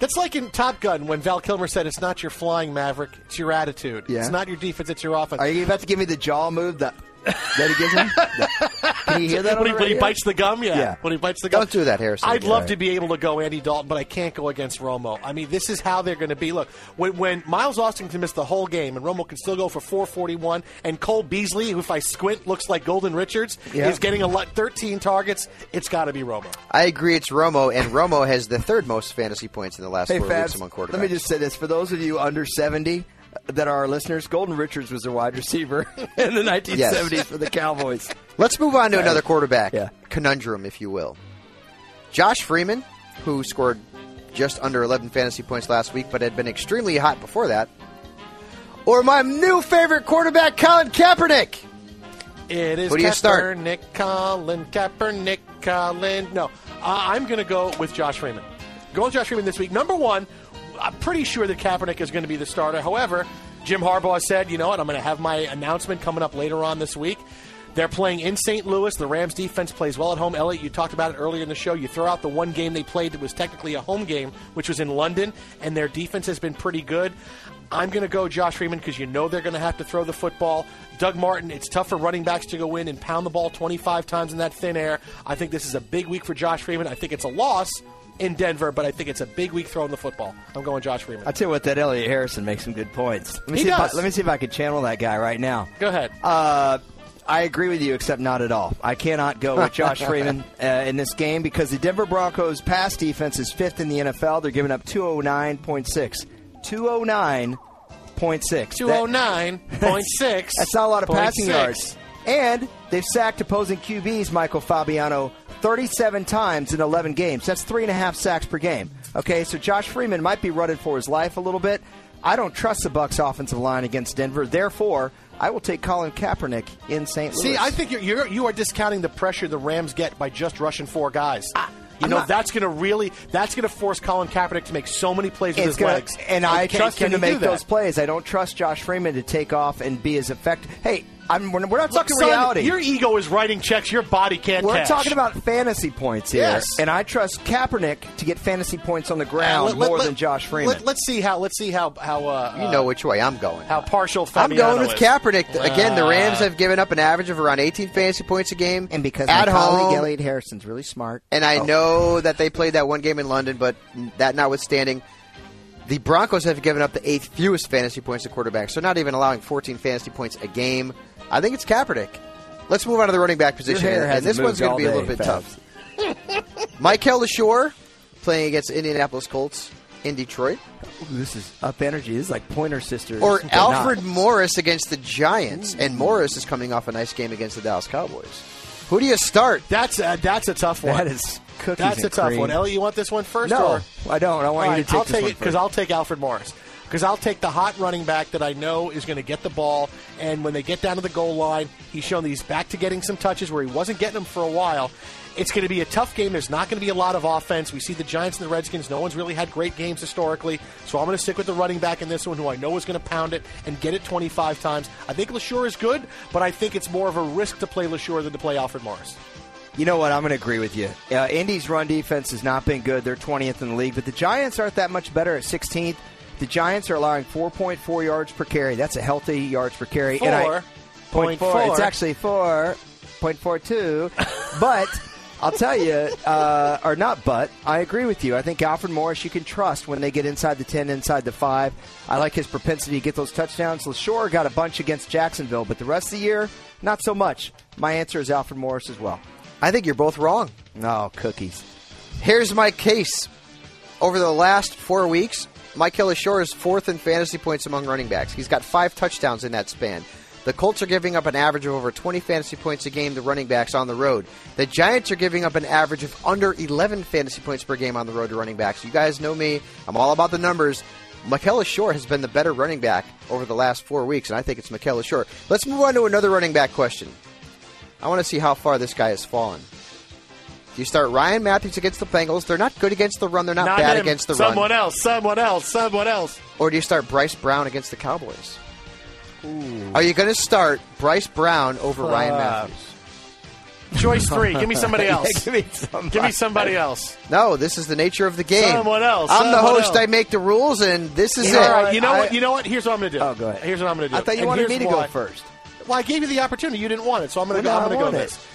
[SPEAKER 5] That's like in Top Gun when Val Kilmer said, "It's not your flying Maverick, it's your attitude.
[SPEAKER 2] Yeah.
[SPEAKER 5] It's not your defense, it's your offense."
[SPEAKER 2] Are you about to give me the jaw move that that he gives him? Can you hear that?
[SPEAKER 5] when, he,
[SPEAKER 2] on the
[SPEAKER 5] when he
[SPEAKER 2] radio?
[SPEAKER 5] bites the gum, yeah.
[SPEAKER 2] Yeah.
[SPEAKER 5] When he bites the gum,
[SPEAKER 1] Don't do that, Harrison.
[SPEAKER 5] I'd love to be able to go Andy Dalton, but I can't go against Romo. I mean, this is how they're going to be. Look, when, when Miles Austin can miss the whole game and Romo can still go for 441, and Cole Beasley, who if I squint looks like Golden Richards,
[SPEAKER 1] Yeah.
[SPEAKER 5] is getting a lot, 13 targets, it's got to be Romo.
[SPEAKER 1] I agree. It's Romo, and Romo has the third most fantasy points in the last
[SPEAKER 2] Hey,
[SPEAKER 1] four weeks
[SPEAKER 2] Fabs,
[SPEAKER 1] among quarterbacks.
[SPEAKER 2] let me just say this. For those of you under 70 that are our listeners, Golden Richards was a wide receiver in the 1970s for the Cowboys.
[SPEAKER 1] Let's move on to
[SPEAKER 2] Sorry.
[SPEAKER 1] another quarterback conundrum, if you will. Josh Freeman, who scored just under 11 fantasy points last week, but had been extremely hot before that, or my new favorite quarterback, Colin Kaepernick.
[SPEAKER 5] It is
[SPEAKER 1] Who do you
[SPEAKER 5] Kaepernick,
[SPEAKER 1] start?
[SPEAKER 5] Colin, Kaepernick, Colin. No, uh, I'm going to go with Josh Freeman. Go with Josh Freeman this week. Number one, I'm pretty sure that Kaepernick is going to be the starter. However, Jim Harbaugh said, you know what, I'm going to have my announcement coming up later on this week. They're playing in St. Louis. The Rams defense plays well at home. Elliot, you talked about it earlier in the show. You throw out the one game they played that was technically a home game, which was in London, and their defense has been pretty good. I'm going to go Josh Freeman because you know they're going to have to throw the football. Doug Martin, it's tough for running backs to go in and pound the ball 25 times in that thin air. I think this is a big week for Josh Freeman. I think it's a loss, in Denver, but I think it's a big week throwing the football. I'm going Josh Freeman.
[SPEAKER 2] I tell you what, that Elliot Harrison makes some good points. Let me,
[SPEAKER 5] He
[SPEAKER 2] see, If
[SPEAKER 5] does.
[SPEAKER 2] I, let me see if I could channel that guy right now.
[SPEAKER 5] Go ahead.
[SPEAKER 2] Uh, I agree with you, except not at all. I cannot go with Josh Freeman uh, in this game because the Denver Broncos' pass defense is fifth in the NFL. They're giving up 209.6. 209.6.
[SPEAKER 5] 209.6.
[SPEAKER 2] That's not a lot of
[SPEAKER 5] Point
[SPEAKER 2] passing
[SPEAKER 5] six.
[SPEAKER 2] yards. And they've sacked opposing QBs, Michael Fabiano, 37 times in 11 games. That's three and a half sacks per game. Okay, so Josh Freeman might be running for his life a little bit. I don't trust the Bucks' offensive line against Denver. Therefore, I will take Colin Kaepernick in St. Louis.
[SPEAKER 5] See, I think you're, you're you are discounting the pressure the Rams get by just rushing four guys. you know that's going to really that's going to force Colin Kaepernick to make so many plays with
[SPEAKER 2] It's
[SPEAKER 5] his
[SPEAKER 2] gonna,
[SPEAKER 5] legs,
[SPEAKER 2] and I
[SPEAKER 5] can-
[SPEAKER 2] trust
[SPEAKER 5] can
[SPEAKER 2] him to
[SPEAKER 5] he do
[SPEAKER 2] make
[SPEAKER 5] that?
[SPEAKER 2] those plays. I don't trust Josh Freeman to take off and be as effective. Hey, I'm, we're we're not
[SPEAKER 5] Look,
[SPEAKER 2] talking
[SPEAKER 5] son,
[SPEAKER 2] reality.
[SPEAKER 5] Your ego is writing checks. Your body can't.
[SPEAKER 2] We're
[SPEAKER 5] cash.
[SPEAKER 2] talking about fantasy points here,
[SPEAKER 5] Yes.
[SPEAKER 2] and I trust Kaepernick to get fantasy points on the ground
[SPEAKER 5] Let- let-
[SPEAKER 2] more
[SPEAKER 5] let-
[SPEAKER 2] than Josh Freeman.
[SPEAKER 5] Let, us see how. Let's see how how uh,
[SPEAKER 1] You know
[SPEAKER 5] uh,
[SPEAKER 1] which way I'm going.
[SPEAKER 5] how partial.
[SPEAKER 1] I'm
[SPEAKER 5] Fabiano
[SPEAKER 1] going with
[SPEAKER 5] is.
[SPEAKER 1] Kaepernick.
[SPEAKER 5] Uh,
[SPEAKER 1] Again, the Rams have given up an average of around 18 fantasy points a game,
[SPEAKER 2] and because
[SPEAKER 1] at
[SPEAKER 2] my colleague
[SPEAKER 1] home,
[SPEAKER 2] Elliot Harrison's really smart,
[SPEAKER 1] and I
[SPEAKER 2] Oh.
[SPEAKER 1] know that they played that one game in London, but that notwithstanding, the Broncos have given up the eighth fewest fantasy points to quarterbacks, so not even allowing 14 fantasy points a game. I think it's Kaepernick. Let's move on to the running back position, and-
[SPEAKER 2] hair
[SPEAKER 1] and
[SPEAKER 2] hasn't
[SPEAKER 1] this one's
[SPEAKER 2] moved
[SPEAKER 1] going to
[SPEAKER 2] all
[SPEAKER 1] be a little
[SPEAKER 2] day,
[SPEAKER 1] bit
[SPEAKER 2] Fabs.
[SPEAKER 1] tough. Michael LaShore playing against Indianapolis Colts in Detroit,
[SPEAKER 2] this is up energy. This is like Pointer Sisters
[SPEAKER 1] or
[SPEAKER 2] but not.
[SPEAKER 1] Alfred Morris against the Giants, and Morris is coming off a nice game against the Dallas Cowboys. Who do you start?
[SPEAKER 5] That's uh, that's a tough one.
[SPEAKER 2] That is cookies
[SPEAKER 5] That's
[SPEAKER 2] and
[SPEAKER 5] a tough
[SPEAKER 2] cream.
[SPEAKER 5] one. Ellie, you want this one first?
[SPEAKER 2] No,
[SPEAKER 5] or?
[SPEAKER 2] I don't. I want you to take
[SPEAKER 5] I'll
[SPEAKER 2] this
[SPEAKER 5] take
[SPEAKER 2] one
[SPEAKER 5] it because
[SPEAKER 2] first.
[SPEAKER 5] I'll take Alfred Morris because I'll take the hot running back that I know is going to get the ball. And when they get down to the goal line, he's shown that he's back to getting some touches where he wasn't getting them for a while. It's going to be a tough game. There's not going to be a lot of offense. We see the Giants and the Redskins. No one's really had great games historically. So I'm going to stick with the running back in this one, who I know is going to pound it and get it 25 times. I think LaSure is good, but I think it's more of a risk to play LaSure than to play Alfred Morris.
[SPEAKER 2] You know what? I'm going to agree with you. Uh, Indy's run defense has not been good. They're 20th in the league, but the Giants aren't that much better at 16th. The Giants are allowing 4.4 yards per carry. That's a healthy yards per carry. And I-
[SPEAKER 5] Four
[SPEAKER 2] point
[SPEAKER 5] point
[SPEAKER 2] four.
[SPEAKER 5] four.
[SPEAKER 2] It's actually 4.42. but I'll tell you, uh, or not, but I agree with you. I think Alfred Morris you can trust when they get inside the 10, inside the 5. I like his propensity to get those touchdowns. LaShore got a bunch against Jacksonville, but the rest of the year, not so much. My answer is Alfred Morris as well.
[SPEAKER 1] I think you're both wrong.
[SPEAKER 2] No, cookies.
[SPEAKER 1] Here's my case. Over the last four weeks, Michael Ashore is fourth in fantasy points among running backs. He's got five touchdowns in that span. The Colts are giving up an average of over 20 fantasy points a game to running backs on the road. The Giants are giving up an average of under 11 fantasy points per game on the road to running backs. You guys know me. I'm all about the numbers. Mikel Ashore has been the better running back over the last four weeks, and I think it's Mikel Ashore. Let's move on to another running back question. I want to see how far this guy has fallen. You start Ryan Matthews against the Bengals. They're not good against the run. They're not, bad
[SPEAKER 5] him.
[SPEAKER 1] against the
[SPEAKER 5] someone
[SPEAKER 1] run.
[SPEAKER 5] else, someone else, someone else.
[SPEAKER 1] Or do you start Bryce Brown against the Cowboys? Are you going to start Bryce Brown over Ryan
[SPEAKER 5] Uh,
[SPEAKER 1] Matthews?
[SPEAKER 5] Choice three. Give me somebody
[SPEAKER 2] Yeah,
[SPEAKER 5] else.
[SPEAKER 2] give me somebody.
[SPEAKER 5] Give me somebody else.
[SPEAKER 1] No, this is the nature of the game.
[SPEAKER 5] Someone else,
[SPEAKER 1] I'm the
[SPEAKER 5] someone
[SPEAKER 1] host.
[SPEAKER 5] else.
[SPEAKER 1] I make the rules, and this is
[SPEAKER 5] All
[SPEAKER 1] it.
[SPEAKER 5] right, you know what? You know what? Here's what I'm going to do.
[SPEAKER 1] Oh, go ahead.
[SPEAKER 5] Here's what I'm going to do.
[SPEAKER 1] I thought you
[SPEAKER 5] And
[SPEAKER 1] wanted
[SPEAKER 5] here's
[SPEAKER 1] me to go
[SPEAKER 5] why.
[SPEAKER 1] first.
[SPEAKER 5] Well, I gave you the opportunity. You didn't want it, so I'm going to
[SPEAKER 2] Well, no,
[SPEAKER 5] go. I'm
[SPEAKER 2] I
[SPEAKER 5] going to go
[SPEAKER 2] want
[SPEAKER 5] this.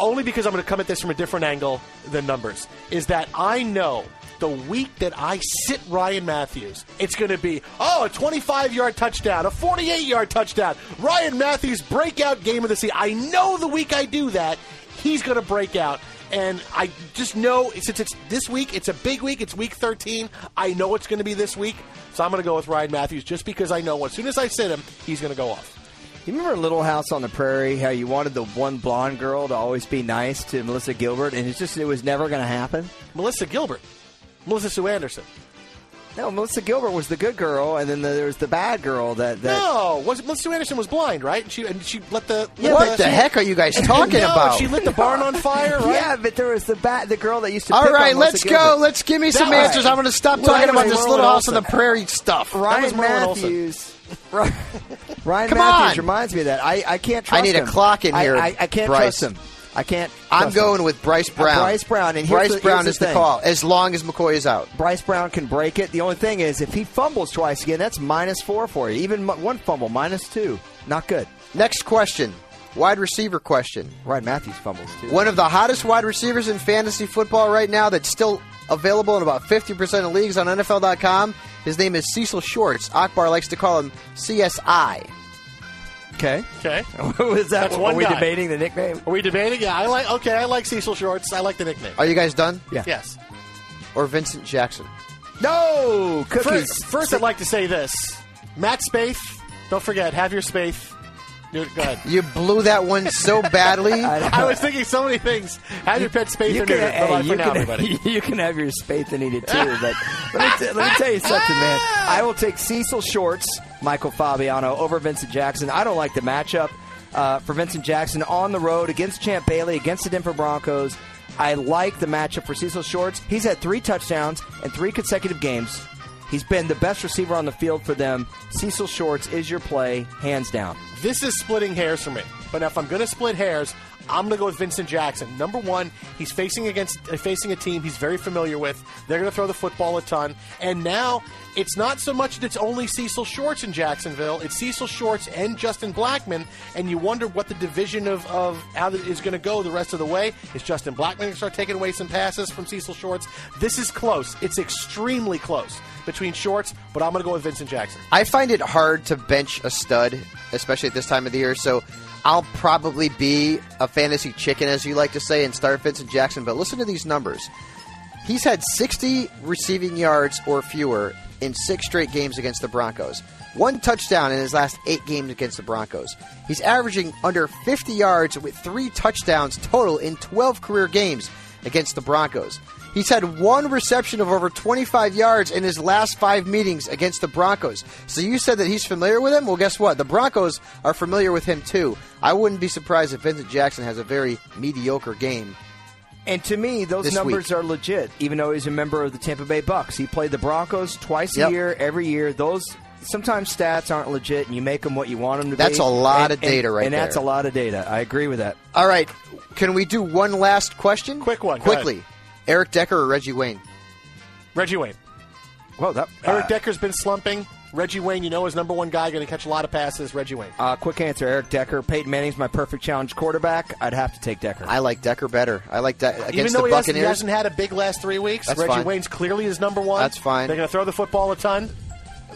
[SPEAKER 5] Only because I'm going to come at this from a different angle than numbers is that I know the week that I sit Ryan Matthews, it's going to be oh a 25 yard touchdown, a 48 yard touchdown, Ryan Matthews breakout game of the season. I know the week I do that, he's going to break out. And I just know since it's this week, it's a big week. It's week 13. I know it's going to be this week, so I'm going to go with Ryan Matthews just because I know as soon as I sit him, he's going to go off.
[SPEAKER 2] You remember Little House on the Prairie? How you wanted the one blonde girl to always be nice to Melissa Gilbert, and it's just it was never going to happen.
[SPEAKER 5] Melissa Gilbert, Melissa Sue Anderson.
[SPEAKER 2] No, Melissa Gilbert was the good girl, and then there was the bad girl that. that
[SPEAKER 5] No, was Melissa Sue Anderson was blind, right? And she and she let the
[SPEAKER 2] Yeah,
[SPEAKER 1] what
[SPEAKER 2] but-
[SPEAKER 1] the heck are you guys
[SPEAKER 2] No,
[SPEAKER 1] talking
[SPEAKER 5] no,
[SPEAKER 1] about?
[SPEAKER 5] She lit the barn on fire, right?
[SPEAKER 2] Yeah, but there was the bat, the girl that used to.
[SPEAKER 1] All
[SPEAKER 2] pick on
[SPEAKER 1] right,
[SPEAKER 2] Melissa
[SPEAKER 1] let's
[SPEAKER 2] Gilbert.
[SPEAKER 1] go. Let's give me
[SPEAKER 2] That
[SPEAKER 1] some
[SPEAKER 2] was-
[SPEAKER 1] answers. I'm going to stop
[SPEAKER 2] Well,
[SPEAKER 1] talking
[SPEAKER 2] that
[SPEAKER 1] about
[SPEAKER 2] was
[SPEAKER 1] this
[SPEAKER 2] Merlin
[SPEAKER 1] little house on the
[SPEAKER 2] Olsen.
[SPEAKER 1] prairie stuff.
[SPEAKER 2] Ryan
[SPEAKER 5] Merlin Olsen.
[SPEAKER 2] Matthews. Ryan, Ryan
[SPEAKER 1] Come
[SPEAKER 2] Matthews
[SPEAKER 1] on.
[SPEAKER 2] reminds me of that. I, I can't
[SPEAKER 1] I
[SPEAKER 2] trust
[SPEAKER 1] need a
[SPEAKER 2] him.
[SPEAKER 1] clock in
[SPEAKER 2] I-
[SPEAKER 1] here,
[SPEAKER 2] I, I, can't
[SPEAKER 1] Bryce.
[SPEAKER 2] trust him. I can't.
[SPEAKER 1] I'm
[SPEAKER 2] trust him.
[SPEAKER 1] going with Bryce Brown.
[SPEAKER 2] Bryce Brown, and here's
[SPEAKER 1] Bryce
[SPEAKER 2] the-
[SPEAKER 1] Brown
[SPEAKER 2] here's the
[SPEAKER 1] is the,
[SPEAKER 2] thing.
[SPEAKER 1] call. As long as McCoy is out.
[SPEAKER 2] Bryce Brown can break it. The only thing is, if he fumbles twice again, that's minus four for you. Even m- one fumble, minus two. Not good.
[SPEAKER 1] Next question. Wide receiver question.
[SPEAKER 2] Ryan Matthews fumbles too.
[SPEAKER 1] One of the hottest wide receivers in fantasy football right now that's still available in about 50% of leagues on NFL.com. His name is Cecil Shorts. Akbar likes to call him CSI.
[SPEAKER 2] Okay.
[SPEAKER 5] Okay.
[SPEAKER 2] Was that
[SPEAKER 5] That's
[SPEAKER 2] were
[SPEAKER 5] one
[SPEAKER 2] we
[SPEAKER 5] guy.
[SPEAKER 2] debating the nickname?
[SPEAKER 5] Are we debating? Yeah, I like. Okay, I like Cecil Shorts. I like the nickname.
[SPEAKER 1] Are you guys done?
[SPEAKER 5] Yes.
[SPEAKER 1] Or Vincent Jackson.
[SPEAKER 5] No
[SPEAKER 1] cookies.
[SPEAKER 5] First, first I'd like to say this: Matt Spaeth. Don't forget, have your Spaeth. Dude, Go ahead.
[SPEAKER 1] You blew that one so badly.
[SPEAKER 5] I was thinking so many things. Have your pet Spaeth
[SPEAKER 2] You
[SPEAKER 5] or
[SPEAKER 2] can,
[SPEAKER 5] neutered. Bye-bye
[SPEAKER 2] hey,
[SPEAKER 5] for
[SPEAKER 2] you,
[SPEAKER 5] now,
[SPEAKER 2] can,
[SPEAKER 5] everybody.
[SPEAKER 2] you can have your spatha needed too, but let me, t- let me tell you something, man. I will take Cecil Shorts, Michael Fabiano, over Vincent Jackson. I don't like the matchup uh, for Vincent Jackson on the road against Champ Bailey, against the Denver Broncos. I like the matchup for Cecil Shorts. He's had three touchdowns in three consecutive games. He's been the best receiver on the field for them. Cecil Shorts is your play, hands down.
[SPEAKER 5] This is splitting hairs for me. But if I'm going to split hairs, I'm going to go with Vincent Jackson. Number one, he's facing against uh, facing a team he's very familiar with. They're going to throw the football a ton, and now it's not so much that it's only Cecil Shorts in Jacksonville. It's Cecil Shorts and Justin Blackman, and you wonder what the division of, of how that is going to go the rest of the way. Is Justin Blackman going to start taking away some passes from Cecil Shorts? This is close. It's extremely close between Shorts, but I'm going to go with Vincent Jackson.
[SPEAKER 1] I find it hard to bench a stud, especially at this time of the year. So I'll probably be a fantasy chicken, as you like to say, and start Vincent Jackson. But listen to these numbers. He's had 60 receiving yards or fewer in six straight games against the Broncos. One touchdown in his last eight games against the Broncos. He's averaging under 50 yards with three touchdowns total in 12 career games against the Broncos. He's had one reception of over 25 yards in his last five meetings against the Broncos. So you said that he's familiar with him? Well, guess what? The Broncos are familiar with him too. I wouldn't be surprised if Vincent Jackson has a very mediocre game
[SPEAKER 2] And to me, those
[SPEAKER 1] This
[SPEAKER 2] numbers
[SPEAKER 1] week.
[SPEAKER 2] are legit, even though he's a member of the Tampa Bay Bucks. He played the Broncos twice
[SPEAKER 1] Yep.
[SPEAKER 2] a year, every year. Those sometimes stats aren't legit, and you make them what you want them to
[SPEAKER 1] That's
[SPEAKER 2] be.
[SPEAKER 1] a lot
[SPEAKER 2] And-
[SPEAKER 1] of data
[SPEAKER 2] and,
[SPEAKER 1] right
[SPEAKER 2] and that's a
[SPEAKER 1] there.
[SPEAKER 2] lot of data. I agree with that.
[SPEAKER 1] All right. Can we do one last question? Quick
[SPEAKER 5] one. go
[SPEAKER 1] Quickly. Eric Decker or Reggie Wayne?
[SPEAKER 5] Reggie Wayne.
[SPEAKER 2] Well, that
[SPEAKER 5] Eric
[SPEAKER 2] uh,
[SPEAKER 5] Decker's been slumping. Reggie Wayne, you know, is number one guy, going to catch a lot of passes. Reggie Wayne.
[SPEAKER 2] Uh, quick answer: Eric Decker. Peyton Manning's my perfect challenge quarterback. I'd have to take Decker.
[SPEAKER 1] I like Decker better. I like that against
[SPEAKER 5] Even though
[SPEAKER 1] the
[SPEAKER 5] he, hasn't, he
[SPEAKER 1] Buccaneers.
[SPEAKER 5] hasn't had a big last three weeks,
[SPEAKER 1] That's
[SPEAKER 5] Reggie
[SPEAKER 1] fine.
[SPEAKER 5] Wayne's clearly his number one.
[SPEAKER 1] That's fine.
[SPEAKER 5] They're going to throw the football a ton.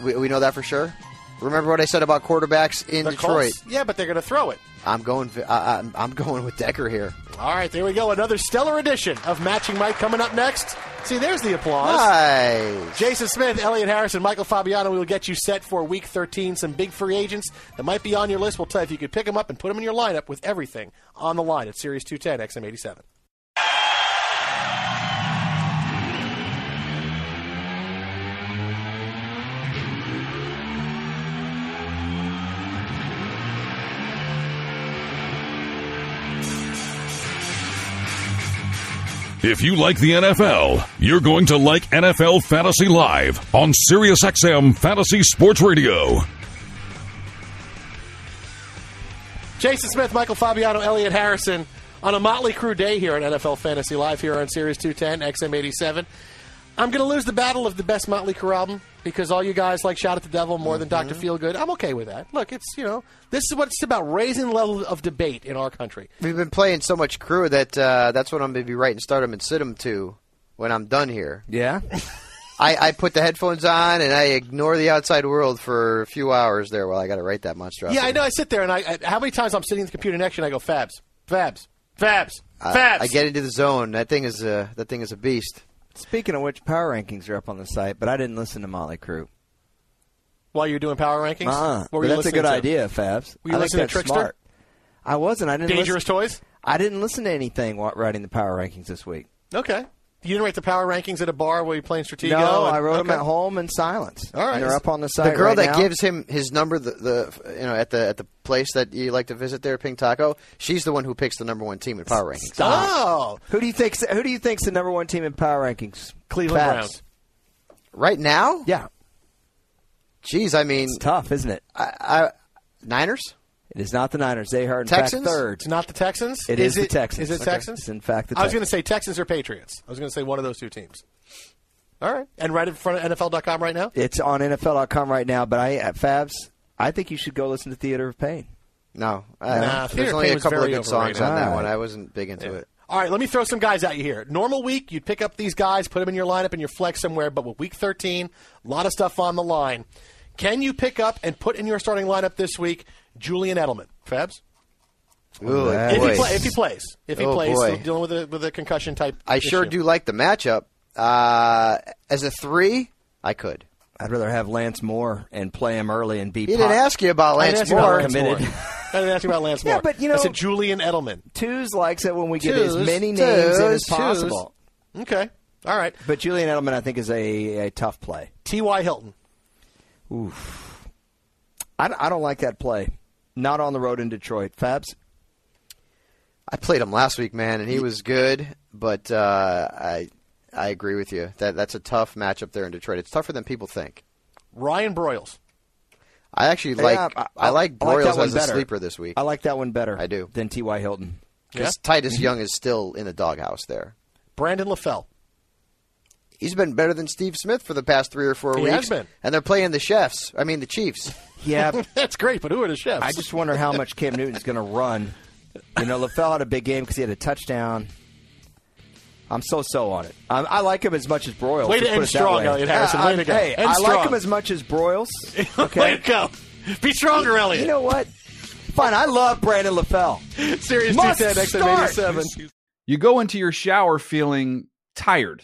[SPEAKER 1] we, we know that for sure. Remember what I said about quarterbacks in
[SPEAKER 5] The
[SPEAKER 1] Detroit.
[SPEAKER 5] Colts- yeah, but they're going to throw it.
[SPEAKER 1] I'm going. I, I, I'm going with Decker here.
[SPEAKER 5] All right, there we go. Another stellar edition of Matching Mike coming up next. See, there's the applause.
[SPEAKER 1] Ah. Nice.
[SPEAKER 5] Jason Smith, Elliot Harrison, Michael Fabiano. We will get you set for Week 13. Some big free agents that might be on your list. We'll tell you if you could pick them up and put them in your lineup with everything on the line at Series 210 XM87.
[SPEAKER 4] If you like the NFL, you're going to like NFL Fantasy Live on SiriusXM Fantasy Sports Radio.
[SPEAKER 5] Jason Smith, Michael Fabiano, Elliot Harrison on a motley crew day here at NFL Fantasy Live here on Series 210 XM87. I'm going to lose the battle of the best Motley Crue album because all you guys like Shout at the Devil more than Dr.
[SPEAKER 2] Mm-hmm.
[SPEAKER 5] Feelgood. I'm okay with that. Look, it's, you know, this is what it's about raising the level of debate in our country.
[SPEAKER 1] We've been playing so much crew that uh, that's what I'm going to be writing Stardom and Situm to when I'm done here.
[SPEAKER 2] Yeah.
[SPEAKER 1] I, I put the headphones on and I ignore the outside world for a few hours there while I got to write that monster.
[SPEAKER 5] Yeah, I know. I sit there and I, I how many times I'm sitting at the computer next to you and I go, Fabs, Fabs, Fabs,
[SPEAKER 1] I,
[SPEAKER 5] Fabs.
[SPEAKER 1] I get into the zone. That thing is a that thing is a beast.
[SPEAKER 2] Speaking of which, power rankings are up on the site, but I didn't listen to Motley Crue.
[SPEAKER 5] While you're doing power rankings?
[SPEAKER 2] Uh-uh.
[SPEAKER 5] What
[SPEAKER 2] But
[SPEAKER 5] were you
[SPEAKER 2] that's a
[SPEAKER 5] listening
[SPEAKER 2] good
[SPEAKER 5] to?
[SPEAKER 2] idea, Fabs.
[SPEAKER 5] Were you
[SPEAKER 2] I think
[SPEAKER 5] listening to
[SPEAKER 2] that's
[SPEAKER 5] Trickster?
[SPEAKER 2] smart. I wasn't. I didn't.
[SPEAKER 5] Dangerous
[SPEAKER 2] listen-
[SPEAKER 5] Toys?
[SPEAKER 2] I didn't listen to anything while writing the power rankings this week.
[SPEAKER 5] Okay. You didn't write the power rankings at a bar while you're playing Stratego?
[SPEAKER 2] No,
[SPEAKER 5] and-
[SPEAKER 2] I wrote them
[SPEAKER 5] okay.
[SPEAKER 2] at home in silence.
[SPEAKER 5] All right.
[SPEAKER 2] And they're up on the site.
[SPEAKER 1] The girl
[SPEAKER 2] right
[SPEAKER 1] that
[SPEAKER 2] now.
[SPEAKER 1] gives him his number, the, the you know at the at the place that you like to visit there, Pink Taco. She's the one who picks the number one team in power rankings.
[SPEAKER 5] Oh,
[SPEAKER 2] who do you think? Who do you think's the number one team in power rankings?
[SPEAKER 5] Cleveland
[SPEAKER 2] Fabs.
[SPEAKER 5] Browns.
[SPEAKER 1] Right now,
[SPEAKER 2] yeah.
[SPEAKER 1] Jeez, I mean, it's
[SPEAKER 2] tough, isn't it?
[SPEAKER 1] I, I, Niners.
[SPEAKER 2] It is not the Niners. They are in
[SPEAKER 5] Texans?
[SPEAKER 2] fact third.
[SPEAKER 5] It's not the Texans.
[SPEAKER 2] It is, the Texans.
[SPEAKER 5] Is it
[SPEAKER 2] Okay.
[SPEAKER 5] Texans?
[SPEAKER 2] It's in fact, the
[SPEAKER 5] I was going
[SPEAKER 2] Texans.
[SPEAKER 5] to say Texans or Patriots. I was going to say one of those two teams. All right, and right in front of NFL.com right now.
[SPEAKER 2] It's on NFL.com right now. But I, at Fabs, I think you should go listen to Theater of Pain.
[SPEAKER 1] No, I- Nah, there's Theater of only Pain a was couple of very good songs on that overrated. one. I wasn't big into it.
[SPEAKER 5] All right, let me throw some guys at you here. Normal week, you'd pick up these guys, put them in your lineup and your flex somewhere, but with week 13, a lot of stuff on the line. Can you pick up and put in your starting lineup this week Julian Edelman? Fabs?
[SPEAKER 1] Ooh,
[SPEAKER 2] Oh,
[SPEAKER 5] if, he
[SPEAKER 1] boy.
[SPEAKER 5] play, if he plays. If he
[SPEAKER 1] Oh,
[SPEAKER 5] plays,
[SPEAKER 1] boy.
[SPEAKER 5] still dealing with a, with a concussion type.
[SPEAKER 1] I sure
[SPEAKER 5] issue.
[SPEAKER 1] do like the matchup. Uh, as a three, I could.
[SPEAKER 2] I'd rather have Lance Moore and play him early and be.
[SPEAKER 1] He didn't ask you about
[SPEAKER 5] I didn't
[SPEAKER 1] Lance
[SPEAKER 5] ask you about
[SPEAKER 1] Moore.
[SPEAKER 5] Lance Moore.
[SPEAKER 2] Committed.
[SPEAKER 5] I didn't ask you about Lance Moore.
[SPEAKER 2] Yeah, but, you know-
[SPEAKER 5] I said Julian Edelman.
[SPEAKER 2] Twos likes it when we get as
[SPEAKER 5] Twos,
[SPEAKER 2] many names in as
[SPEAKER 5] twos, twos.
[SPEAKER 2] possible.
[SPEAKER 5] Okay. All right.
[SPEAKER 2] But Julian Edelman, I think, is a, a tough play.
[SPEAKER 5] T.Y. Hilton.
[SPEAKER 2] Oof. I, don't- I don't like that play. Not on the road in Detroit. Fabs?
[SPEAKER 1] I played him last week, man, and he was good. But uh, I, I agree with you. That that's a tough matchup there in Detroit. It's tougher than people think.
[SPEAKER 5] Ryan Broyles.
[SPEAKER 1] I actually
[SPEAKER 2] Yeah,
[SPEAKER 1] like. I,
[SPEAKER 2] I- I-
[SPEAKER 1] like
[SPEAKER 2] I like
[SPEAKER 1] Broyles
[SPEAKER 2] that one
[SPEAKER 1] as
[SPEAKER 2] better.
[SPEAKER 1] a sleeper this week
[SPEAKER 5] Uh,
[SPEAKER 2] I like that one better. I
[SPEAKER 1] do.
[SPEAKER 2] Than T.Y. Hilton.
[SPEAKER 1] because
[SPEAKER 5] Mm-hmm.
[SPEAKER 1] Titus Young is still in the doghouse there.
[SPEAKER 5] Brandon LaFell.
[SPEAKER 1] He's been better than Steve Smith for the past three or four
[SPEAKER 5] He
[SPEAKER 1] weeks,
[SPEAKER 5] has been.
[SPEAKER 1] and they're playing the Chefs. I mean the Chiefs.
[SPEAKER 2] Yeah.
[SPEAKER 5] That's great, but who are the chefs?
[SPEAKER 2] I just wonder how much Cam Newton's going to run. You know, LaFell had a big game because he had a touchdown. I'm so so on it. I, I like him as much as Broyles.
[SPEAKER 5] Way
[SPEAKER 2] let's
[SPEAKER 5] to
[SPEAKER 2] put
[SPEAKER 5] end
[SPEAKER 2] it that
[SPEAKER 5] strong,
[SPEAKER 2] way.
[SPEAKER 5] Elliot Harrison.
[SPEAKER 2] Yeah,
[SPEAKER 5] Way
[SPEAKER 2] I-
[SPEAKER 5] to go.
[SPEAKER 2] Hey,
[SPEAKER 5] End
[SPEAKER 2] I like
[SPEAKER 5] strong.
[SPEAKER 2] him as much as Broyles. Okay.
[SPEAKER 5] Way to go. Be stronger, Elliot.
[SPEAKER 2] You know what? Fine, I love Brandon LaFell.
[SPEAKER 5] Serious
[SPEAKER 2] Must
[SPEAKER 5] 210 XM
[SPEAKER 2] start.
[SPEAKER 5] 87.
[SPEAKER 15] You go into your shower feeling tired,